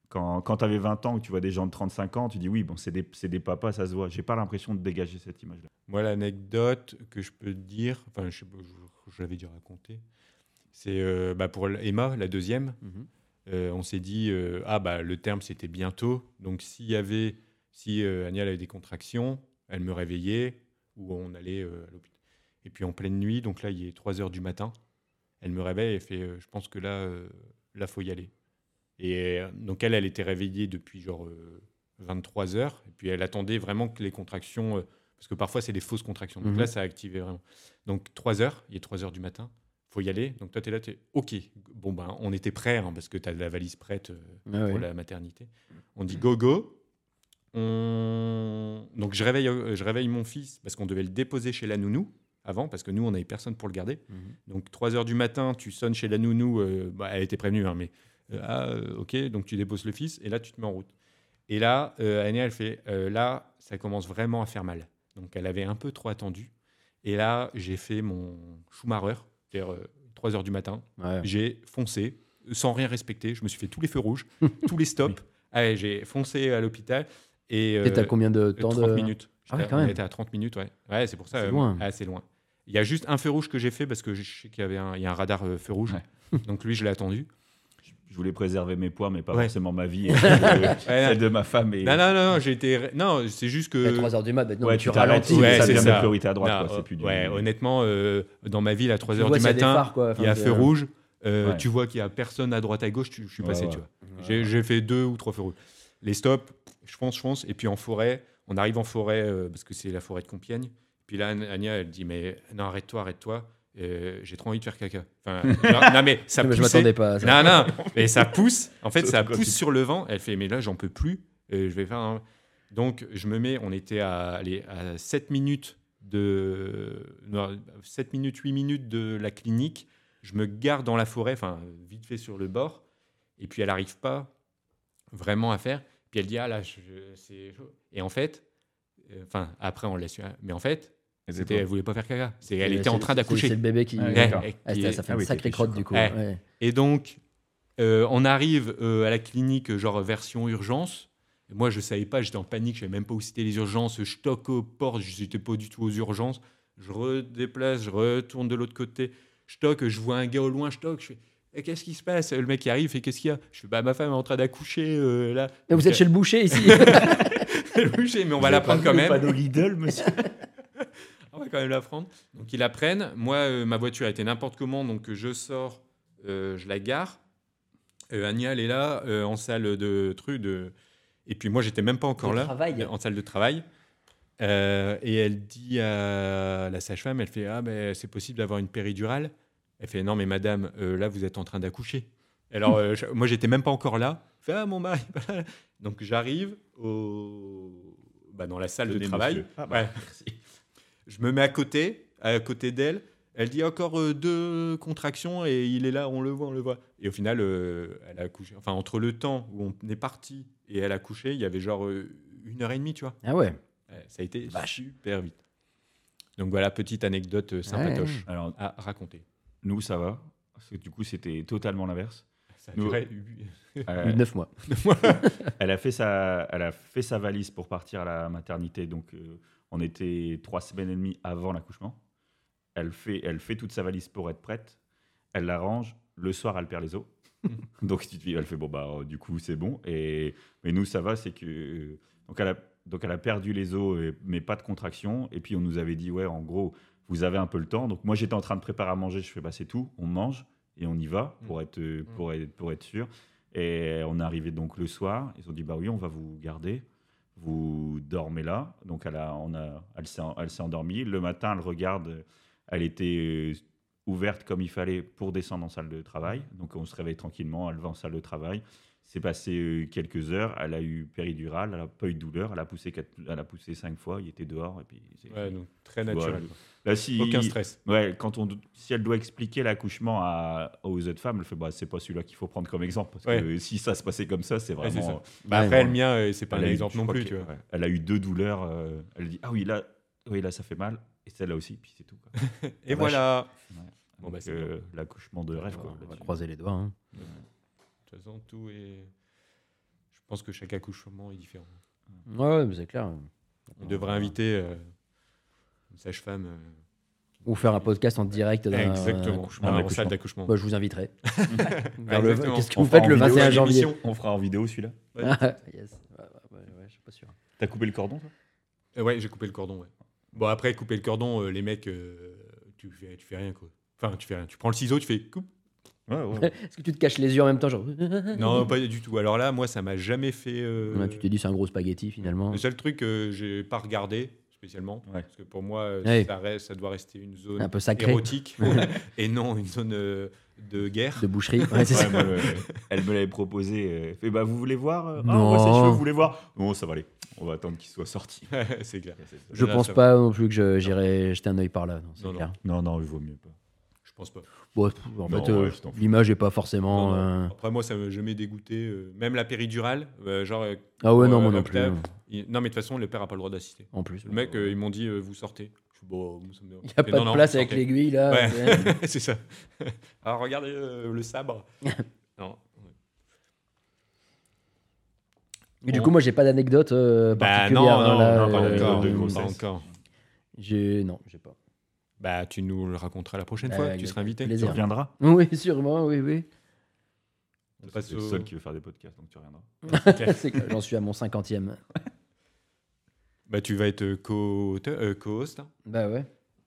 Speaker 1: Quand, quand tu avais 20 ans, que tu vois des gens de 35 ans, tu dis oui, bon, c'est des, c'est des papas, ça se voit. J'ai pas l'impression de dégager cette image-là.
Speaker 2: Moi, l'anecdote que je peux te dire, enfin, je, sais pas, je- je l'avais déjà raconté, c'est euh, bah, pour Emma, la deuxième,
Speaker 4: Mhm.
Speaker 2: euh, on s'est dit, euh, ah, bah, le terme, c'était bientôt. Donc, s'il y avait, si euh, Agnès avait des contractions, elle me réveillait ou on allait euh, à l'hôpital. Et puis, en pleine nuit, donc là, il est 3 heures du matin, elle me réveille et fait, euh, je pense que là, euh, là, faut y aller. Et euh, donc, elle, elle était réveillée depuis genre euh, 23 heures. Et puis, elle attendait vraiment que les contractions. euh, parce que parfois, c'est des fausses contractions. Donc
Speaker 4: Mhm.
Speaker 2: là, ça a activé vraiment. Donc, 3 heures, il est 3 heures du matin, faut y aller. Donc, toi, tu es là, tu es OK. Bon, ben, on était prêts, hein, parce que tu as la valise prête euh,
Speaker 4: Ah ouais.
Speaker 2: pour la maternité. On dit go, go. On- Donc, je réveille, euh, je réveille mon fils parce qu'on devait le déposer chez la nounou avant, parce que nous, on n'avait personne pour le garder.
Speaker 4: Mhm.
Speaker 2: Donc 3 heures du matin, tu sonnes chez la nounou, euh, bah, elle était prévenue, hein, mais euh, ah, euh, ok, donc tu déposes le fils et là tu te mets en route. Et là, euh, Agnès, elle fait euh, là, ça commence vraiment à faire mal. Donc elle avait un peu trop attendu. Et là, j'ai fait mon Schumacher, c'est-à-dire 3 heures du matin,
Speaker 4: Ouais.
Speaker 2: j'ai foncé sans rien respecter. Je me suis fait tous les feux rouges, tous les stops. Allez, j'ai foncé à l'hôpital. Et
Speaker 4: Et t'as
Speaker 2: euh,
Speaker 4: combien de temps
Speaker 2: 30
Speaker 4: de
Speaker 2: minutes.
Speaker 4: Ah ouais,
Speaker 2: J'étais-
Speaker 4: quand
Speaker 2: on
Speaker 4: même.
Speaker 2: était à 30 minutes, ouais. Ouais, c'est pour ça.
Speaker 4: C'est
Speaker 2: euh,
Speaker 4: loin.
Speaker 2: ah, c'est loin. Il y a juste un feu rouge que j'ai fait parce que je sais qu'il y avait un, il y a un radar euh, feu rouge. Donc lui, je l'ai attendu.
Speaker 1: Je voulais préserver mes poids, mais pas
Speaker 2: Ouais.
Speaker 1: forcément ma vie, et celle de,
Speaker 2: Ouais,
Speaker 1: celle de ma femme. Et,
Speaker 2: non, non, non, non, j'ai été. Non, c'est juste
Speaker 4: À
Speaker 2: que.
Speaker 4: 3 heures du mat, maintenant
Speaker 1: ouais,
Speaker 4: tu
Speaker 1: tu t'arrêtes,
Speaker 4: ralentis.
Speaker 2: Ouais,
Speaker 1: ça
Speaker 2: c'est
Speaker 1: devient
Speaker 2: ça.
Speaker 1: une priorité à droite.
Speaker 2: Non,
Speaker 1: quoi, c'est plus du-
Speaker 2: ouais, honnêtement, euh, dans ma ville, à 3
Speaker 4: Tu
Speaker 2: heures
Speaker 4: vois
Speaker 2: du
Speaker 4: s'il y a des
Speaker 2: matin,
Speaker 4: phares, quoi. Enfin,
Speaker 2: il y a
Speaker 4: c'est-
Speaker 2: feu rouge. euh,
Speaker 1: Ouais.
Speaker 2: Tu vois qu'il y a personne à droite à gauche, tu- je suis
Speaker 1: Ouais,
Speaker 2: passé,
Speaker 1: ouais.
Speaker 2: tu vois.
Speaker 4: euh,
Speaker 2: J'ai- J'ai fait deux ou trois feux rouges. Les stops, je fonce, je fonce. Et puis en forêt, on arrive en forêt euh, parce que c'est la forêt de Compiègne. Puis là, An- Anya, elle dit Mais non, arrête-toi, arrête-toi. Euh, J'ai trop envie de faire caca. Enfin, genre, non, mais ça
Speaker 4: Non, mais je
Speaker 2: poussait.
Speaker 4: m'attendais pas à ça.
Speaker 2: Non, non, mais ça pousse. En fait, ça
Speaker 1: Quand
Speaker 2: pousse
Speaker 1: tu-
Speaker 2: sur le vent. Elle fait Mais là, j'en peux plus. Euh, je vais faire un- Donc, je me mets, on était à, allez, à 7 minutes de. non, 7 minutes, 8 minutes de la clinique. Je me gare dans la forêt, enfin, vite fait sur le bord. Et puis, elle n'arrive pas vraiment à faire. Puis elle dit, ah là, je- je- c'est chaud. Et en fait, euh, enfin, après, on l'a su. hein, Mais en fait, C'était- Elle voulait pas faire caca. C'est- Elle
Speaker 4: C'est-
Speaker 2: était en
Speaker 4: c'est-
Speaker 2: train
Speaker 4: C'est
Speaker 2: d'accoucher.
Speaker 4: le bébé qui.
Speaker 1: Ouais,
Speaker 2: Ouais,
Speaker 1: d'accord.
Speaker 2: et qui
Speaker 4: Ah, c'était-
Speaker 2: est-
Speaker 4: ça fait
Speaker 1: Ah
Speaker 4: une
Speaker 1: oui,
Speaker 4: sacrée
Speaker 1: t'étais
Speaker 4: crotte
Speaker 1: chaud,
Speaker 4: du coup.
Speaker 2: quoi.
Speaker 4: ouais.
Speaker 2: Et donc, euh, on arrive euh, à la clinique, euh, genre version urgence. Et Moi, je savais pas, j'étais en panique, je savais même pas où c'était les urgences. Je toque aux portes, j'étais pas du tout aux urgences. Je redéplace, je retourne de l'autre côté. Je toque, je vois un gars au loin, je toque. Je fais, Eh, qu'est-ce qui se passe Le mec qui arrive, il fait qu'est-ce qu'il y a Je fais, bah, ma femme est en train d'accoucher euh, là.
Speaker 4: Et Vous
Speaker 2: Donc,
Speaker 4: êtes chez le boucher ici.
Speaker 2: euh, oui, j'ai- mais on va la prendre quand même.
Speaker 1: Pas Lidl, monsieur.
Speaker 2: On va quand même la prendre. Donc ils la prennent. Moi, euh, ma voiture était n'importe comment, donc euh, je sors, euh, je la gare. Euh, Agnès, elle est là euh, en salle de truc de. Et puis moi, j'étais même pas encore
Speaker 4: De
Speaker 2: là
Speaker 4: travail.
Speaker 2: euh, en salle de travail. Euh, et elle dit à la sage-femme, elle fait ah ben c'est possible d'avoir une péridurale. Elle fait non mais madame, euh, là vous êtes en train d'accoucher. Alors euh, je- moi j'étais même pas encore là. Elle fait ah mon mari. est pas là. Donc j'arrive au bah, dans la salle de
Speaker 1: Tenez,
Speaker 2: travail.
Speaker 1: monsieur. Ah bah,
Speaker 2: Ouais. Je me mets à côté, à côté d'elle. Elle dit encore euh, deux contractions et il est là, on le voit, on le voit. Et au final, euh, elle a accouché. Enfin, entre le temps où on est parti et elle a couché, il y avait genre euh, une heure et demie, tu vois.
Speaker 4: Ah ouais.
Speaker 2: Ouais, Ça a été
Speaker 4: Vache.
Speaker 2: super vite. Donc voilà, petite anecdote euh, sympatoche
Speaker 1: Alors,
Speaker 2: à raconter.
Speaker 1: nous, ça va. Parce que du coup, c'était totalement l'inverse.
Speaker 2: Ça a
Speaker 1: Nous-
Speaker 2: duré huit-
Speaker 1: Euh,
Speaker 4: 9 mois.
Speaker 1: elle, a fait sa, elle a fait sa valise pour partir à la maternité. Donc, euh, on était trois semaines et demie avant l'accouchement. Elle fait, elle fait toute sa valise pour être prête. Elle la range. Le soir, elle perd les os. donc, tu te dis, elle fait bon, bah, euh, du coup, c'est bon. Et, mais nous, ça va, c'est que. euh, donc, elle a, donc, elle a perdu les os, et- mais pas de contraction. Et puis, on nous avait dit, ouais, en gros, vous avez un peu le temps. Donc, moi, j'étais en train de préparer à manger. Je fais, bah, c'est tout. On mange et on y va
Speaker 2: Mm.
Speaker 1: pour être, euh, pour être, pour être sûr. Et on est arrivé donc le soir. Ils ont dit bah oui, on va vous garder. Vous dormez là. Donc elle a, on a, elle s'est, elle s'est endormie. Le matin, elle regarde. Elle était euh, ouverte comme il fallait pour descendre en salle de travail.
Speaker 2: Mm.
Speaker 1: Donc on se réveille tranquillement. Elle va en salle de travail. C'est passé euh, quelques heures. Elle a eu péridurale. Elle a pas eu de douleur. Elle a poussé, quatre, elle a poussé cinq fois. Il était dehors et puis. c'est-
Speaker 2: Ouais, donc très
Speaker 1: Voilà.
Speaker 2: naturel. quoi.
Speaker 1: Là, si,
Speaker 2: Aucun stress.
Speaker 1: Ouais, quand on, si elle doit expliquer l'accouchement à- aux autres femmes, elle fait bah, c'est pas celui-là qu'il faut prendre comme exemple. Parce que si ça se passait comme ça, c'est
Speaker 2: Ouais,
Speaker 1: vraiment.
Speaker 2: c'est ça.
Speaker 4: Ouais,
Speaker 2: Après,
Speaker 4: non.
Speaker 2: le mien, euh, c'est pas
Speaker 1: elle
Speaker 2: un
Speaker 1: a eu-
Speaker 2: exemple
Speaker 1: je
Speaker 2: non
Speaker 1: crois
Speaker 2: plus,
Speaker 1: que-
Speaker 2: tu vois.
Speaker 1: ouais, elle a eu deux douleurs. euh, elle dit ah oui, là, oui, là ça fait mal. Et celle-là aussi, puis c'est tout. quoi.
Speaker 2: Et
Speaker 1: vache.
Speaker 2: voilà. Bon,
Speaker 1: Donc,
Speaker 2: bah, c'est
Speaker 1: euh, l'accouchement de rêve. quoi,
Speaker 4: on va
Speaker 1: là-dessus.
Speaker 4: croiser les doigts. hein.
Speaker 2: De toute façon, tout est. Je pense que chaque accouchement est différent.
Speaker 4: Ouais, ouais, mais c'est clair.
Speaker 2: On devrait
Speaker 4: Mmh.
Speaker 2: inviter euh, une sage-femme. euh,
Speaker 4: Ou faire un podcast en direct. d'un-
Speaker 2: Exactement.
Speaker 4: accouchement.
Speaker 2: Ah,
Speaker 4: Un
Speaker 2: en salle
Speaker 4: accouchement.
Speaker 2: d'accouchement.
Speaker 4: Bah, je vous inviterai. Vers le-
Speaker 2: Exactement.
Speaker 4: Qu'est-ce que
Speaker 1: On
Speaker 4: vous
Speaker 1: fera
Speaker 4: faites
Speaker 1: en
Speaker 4: le
Speaker 1: vidéo
Speaker 4: 21
Speaker 1: à
Speaker 4: janvier
Speaker 1: l'émission. On fera en vidéo celui-là.
Speaker 4: Ah, Yes. Ouais, ouais, ouais, ouais, je suis pas sûr.
Speaker 1: T'as coupé le cordon toi
Speaker 2: Euh, ouais, j'ai coupé le cordon. ouais. Bon, après, couper le cordon, euh, les mecs, euh, tu, fais, tu fais rien, quoi. Enfin, tu fais rien. Tu prends le ciseau, tu fais coupe.
Speaker 1: Ouais, ouais, ouais.
Speaker 4: Est-ce que tu te caches les yeux en même temps genre...
Speaker 2: Non, pas du tout. Alors là, moi, ça m'a jamais fait. euh,
Speaker 4: Mmh. Ouais, tu hein. t'es dit c'est un gros spaghetti finalement.
Speaker 2: Le seul truc que j'ai pas regardé spécialement,
Speaker 1: Ouais.
Speaker 2: parce que pour moi, euh,
Speaker 4: Ouais.
Speaker 2: ça, reste- ça doit rester une zone
Speaker 4: Un peu sacré
Speaker 2: érotique et non une zone euh, de guerre.
Speaker 4: de boucherie. Ouais, c'est ça.
Speaker 1: Ouais, moi, le- elle me l'avait proposé. euh, fait bah vous voulez voir euh, Ah,
Speaker 4: Non.
Speaker 1: on voit ses cheveux, vous voulez voir Bon, ça va aller. On va attendre qu'il soit sorti.
Speaker 2: C'est clair.
Speaker 4: Je
Speaker 2: Là,
Speaker 4: pense
Speaker 2: ça va.
Speaker 4: pas non plus que je- j'irai jeter un œil par là. Non, c'est
Speaker 2: Non, non.
Speaker 4: clair.
Speaker 1: Non, non, il vaut mieux pas.
Speaker 2: Je pense pas.
Speaker 4: Bon, pff, en
Speaker 1: Non,
Speaker 4: fait, euh,
Speaker 1: ouais, je t'en fous.
Speaker 4: l'image est pas
Speaker 2: Non,
Speaker 4: forcément.
Speaker 2: non.
Speaker 4: euh,
Speaker 2: Après, moi, ça m'a jamais dégoûté. euh, Même la péridurale, euh, genre. euh,
Speaker 4: Ah ouais, non,
Speaker 2: Ouais,
Speaker 4: moi non
Speaker 2: donc
Speaker 4: plus.
Speaker 2: là-
Speaker 4: non.
Speaker 2: il- Non, mais de toute façon, le père a pas le droit d'assister.
Speaker 4: En plus.
Speaker 2: Le mec, euh, ils m'ont dit, euh, vous sortez. Je suis, bon, vous, ça me-
Speaker 4: Il n'y a
Speaker 2: Mais
Speaker 4: pas
Speaker 2: non,
Speaker 4: de
Speaker 2: non,
Speaker 4: place
Speaker 2: vous
Speaker 4: avec
Speaker 2: sortez.
Speaker 4: l'aiguille là.
Speaker 2: Ouais.
Speaker 4: c'est-
Speaker 2: c'est ça. Alors, regardez euh, le sabre. non.
Speaker 4: Mais du
Speaker 2: Bon.
Speaker 4: coup, moi, j'ai pas d'anecdote euh,
Speaker 2: Bah,
Speaker 4: particulière.
Speaker 2: non,
Speaker 4: hein,
Speaker 2: non,
Speaker 4: là,
Speaker 1: non, pas
Speaker 4: euh,
Speaker 1: d'anecdote de
Speaker 4: euh,
Speaker 1: grossesse.
Speaker 2: Pas encore.
Speaker 4: j'ai- Non, j'ai pas.
Speaker 2: Bah, tu nous le raconteras la prochaine
Speaker 4: Bah,
Speaker 2: fois.
Speaker 4: avec
Speaker 2: Tu seras invité.
Speaker 1: Tu
Speaker 4: plaisir.
Speaker 1: reviendras
Speaker 4: Oui, sûrement, oui, oui.
Speaker 2: On
Speaker 1: Toi,
Speaker 2: passe
Speaker 1: C'est
Speaker 2: au-
Speaker 1: le seul qui veut faire des podcasts, donc tu reviendras.
Speaker 4: C'est clair, J'en suis à mon cinquantième.
Speaker 2: Bah, tu vas être euh, co-auteur- euh, co-host. hein.
Speaker 4: Bah ouais,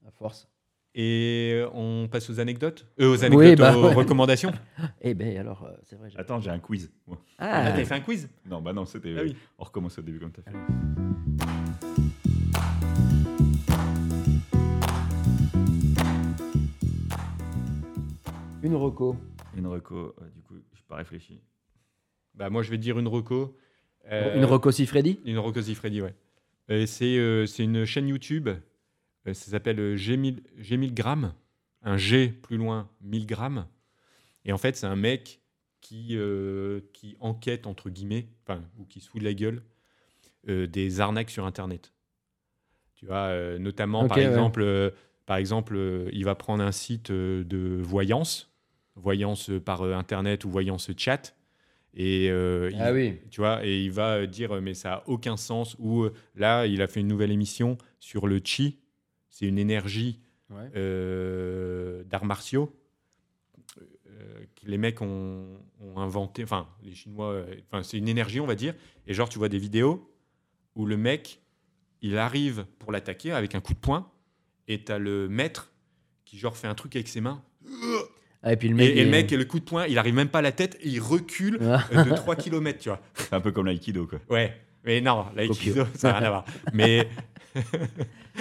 Speaker 4: à force.
Speaker 2: Et euh, on passe aux anecdotes. Euh, aux
Speaker 4: Oui,
Speaker 2: anecdotes,
Speaker 4: bah,
Speaker 2: aux
Speaker 4: ouais.
Speaker 2: recommandations.
Speaker 4: Eh ben alors, euh, c'est vrai. j'ai-
Speaker 1: Attends, j'ai un quiz. moi.
Speaker 2: Ah,
Speaker 4: Ah,
Speaker 2: t'as fait un quiz
Speaker 1: Non, bah non, c'était.
Speaker 2: Ah oui. Ah
Speaker 1: On recommence au début comme t'as fait.
Speaker 4: une reco.
Speaker 1: Une reco, euh, du coup, j'ai pas réfléchi.
Speaker 2: Bah, moi, je vais te dire une reco. Euh,
Speaker 4: Une reco si Freddy
Speaker 2: Une reco Freddy, ouais. Euh, c'est euh, c'est une chaîne YouTube. Euh, ça s'appelle euh, G1000 G1000 grammes. Un G plus loin, 1000 grammes. Et en fait, c'est un mec qui, euh, qui enquête, entre guillemets, enfin, ou qui se fout de la gueule, euh, des arnaques sur Internet. Tu Tu vois, euh, notamment, par
Speaker 4: Ok, ouais.
Speaker 2: exemple, euh, par exemple euh, il va prendre un site euh, de voyance, voyance euh, par euh, Internet ou voyance chat. Et euh, il-
Speaker 4: Ah oui.
Speaker 2: tu vois, et il va euh, dire euh, mais ça a aucun sens ou euh, là il a fait une nouvelle émission sur le chi, c'est une énergie
Speaker 4: Ouais.
Speaker 2: euh, d'arts martiaux euh, que les mecs ont, ont inventé, enfin les Chinois, euh, enfin c'est une énergie on va dire, et genre tu vois des vidéos où le mec il arrive pour l'attaquer avec un coup de poing et t'as le maître qui genre fait un truc avec ses mains
Speaker 4: Ah, et puis le
Speaker 2: et,
Speaker 4: mec.
Speaker 2: et le
Speaker 4: il-
Speaker 2: mec et le coup de poing il arrive même pas à la tête et il recule
Speaker 4: Ah,
Speaker 2: euh, de 3 km tu vois.
Speaker 1: C'est un peu comme l'aïkido, quoi.
Speaker 2: Ouais, mais non, l'aïkido,
Speaker 4: Tokyo.
Speaker 2: ça n'a rien à voir. Mais,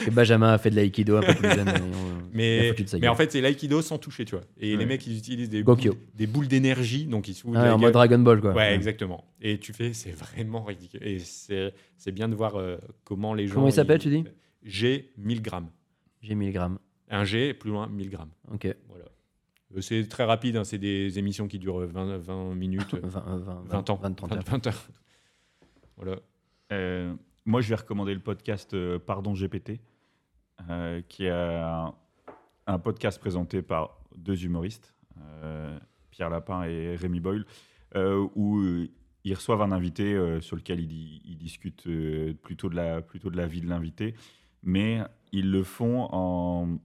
Speaker 4: que Benjamin a fait de l'aïkido un peu plus jeune. et on- il a
Speaker 2: mais,
Speaker 4: foutu de sa
Speaker 2: mais
Speaker 4: gueule.
Speaker 2: en fait, c'est l'aïkido sans toucher, tu vois. Et
Speaker 1: Ouais.
Speaker 2: les mecs, ils utilisent des
Speaker 4: Gokyo.
Speaker 2: boules, des boules d'énergie, donc ils se foutent de
Speaker 4: Ah,
Speaker 2: la
Speaker 4: en
Speaker 2: gueule.
Speaker 4: mode Dragon Ball, quoi.
Speaker 2: Ouais, exactement. Et tu fais, c'est vraiment ridicule. Et c'est c'est bien de voir euh, comment les gens.
Speaker 4: Comment il s'appelle, tu dis
Speaker 2: G 1000 grammes.
Speaker 4: J'ai 1000 grammes.
Speaker 2: Un G, plus loin, 1000 grammes.
Speaker 4: Ok.
Speaker 2: Voilà. Euh, C'est très rapide, hein, c'est des émissions qui durent 20, 20 minutes,
Speaker 4: 20, euh, 20,
Speaker 2: 20 ans.
Speaker 4: 20, 30 heures.
Speaker 2: 20 heures. Voilà.
Speaker 1: Euh, moi, je vais recommander le podcast euh, Pardon GPT, euh, qui est un, un podcast présenté par deux humoristes, euh, Pierre Lapin et Rémi Boyle, euh, où euh, ils reçoivent un invité euh, sur lequel ils, di- ils discutent euh, plutôt, de la, plutôt de la vie de l'invité, mais ils le font en,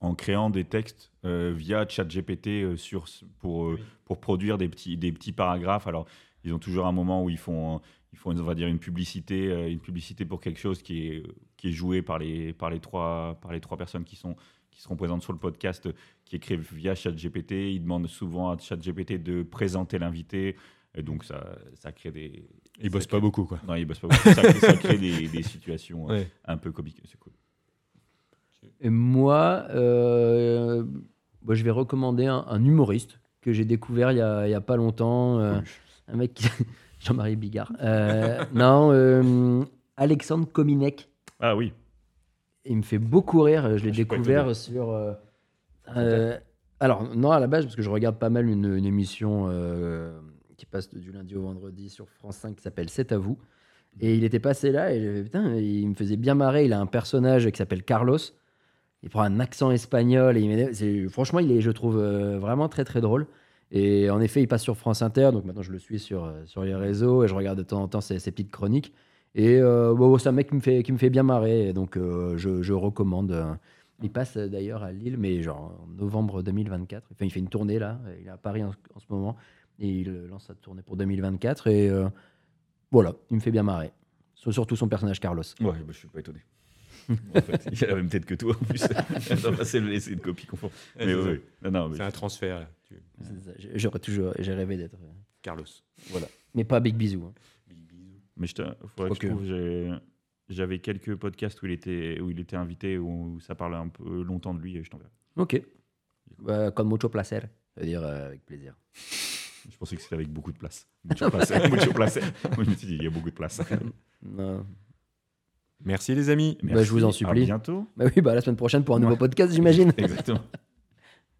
Speaker 1: en créant des textes euh, via ChatGPT euh, sur, pour, euh,
Speaker 2: Oui.
Speaker 1: pour produire des petits, des petits paragraphes. Alors, ils ont toujours un moment où ils font, ils font on va dire, une publicité, euh, une publicité pour quelque chose qui est, qui est joué par les, par, les trois, par les trois personnes qui, sont, qui seront présentes sur le podcast, euh, qui est créé via ChatGPT. Ils demandent souvent à ChatGPT de présenter l'invité. Et donc, ça, ça crée des.
Speaker 2: Ils bossent pas beaucoup, quoi.
Speaker 1: Non, ils bossent pas beaucoup. Ça, ça crée des, des situations euh,
Speaker 2: Ouais.
Speaker 1: un peu comiques. C'est cool.
Speaker 4: Et moi, euh, bah, je vais recommander un, un humoriste que j'ai découvert il y a, il y a pas longtemps. euh, un mec qui... Jean-Marie Bigard. Euh, non, euh, Alexandre Kominek.
Speaker 1: Ah oui.
Speaker 4: Il me fait beaucoup rire. euh, Je l'ai
Speaker 1: Ah, Je suis pas
Speaker 4: découvert sur. euh, euh, alors, non, à la base, parce que je regarde pas mal une, une émission euh, qui passe du lundi au vendredi sur France 5 qui s'appelle C'est à vous. Et il était passé là et j'avais- putain, il me faisait bien marrer. Il a un personnage qui s'appelle Carlos. Il prend un accent espagnol. Et il m'énerve. C'est- franchement, il est, je trouve, euh, vraiment très très drôle. Et en effet, il passe sur France Inter. Donc maintenant, je le suis sur, euh, sur les réseaux et je regarde de temps en temps ses, ses petites chroniques. Et euh, bon, c'est un mec qui me fait, qui me fait bien marrer. Et donc, euh, je, je recommande. euh, il passe euh, d'ailleurs à Lille, mais genre en novembre 2024. Enfin, il fait une tournée là. euh, Il est à Paris en, en ce moment. Et il euh, lance sa tournée pour 2024. Et euh, voilà, il me fait bien marrer. Sur- Surtout son personnage Carlos.
Speaker 1: Ouais, bah, je suis pas étonné. en fait, il a la même tête que toi en plus. Attends, bah, c'est le- c'est une copie confond. Mais
Speaker 2: Ouais, c'est
Speaker 1: ouais,
Speaker 2: ça.
Speaker 1: ouais. Non, non, mais
Speaker 2: C'est un transfert, là. Tu-
Speaker 4: C'est ça, j'ai- J'aurais toujours j'ai rêvé d'être. euh,
Speaker 2: Carlos.
Speaker 4: Mais pas Big Bisou. hein.
Speaker 1: Mais je, te- faudrait que je
Speaker 4: Ok.
Speaker 1: trouve, j'ai- j'avais quelques podcasts où il était, où il était invité, où, ça parle un peu longtemps de lui, et je t'enverrai.
Speaker 4: Ok. Euh, Con mucho placer. C'est-à-dire euh, avec plaisir.
Speaker 1: Je pensais que c'était avec beaucoup de place. Mucho place. Mucho place. Bah, Moi, je me suis dit, il y a beaucoup de place.
Speaker 4: Non.
Speaker 2: Merci les amis.
Speaker 4: Bah, je vous en
Speaker 1: Merci,
Speaker 4: supplie.
Speaker 1: À bientôt.
Speaker 4: Bah oui, bah à la semaine prochaine pour un nouveau
Speaker 1: Ouais.
Speaker 4: podcast, j'imagine.
Speaker 1: Exactement.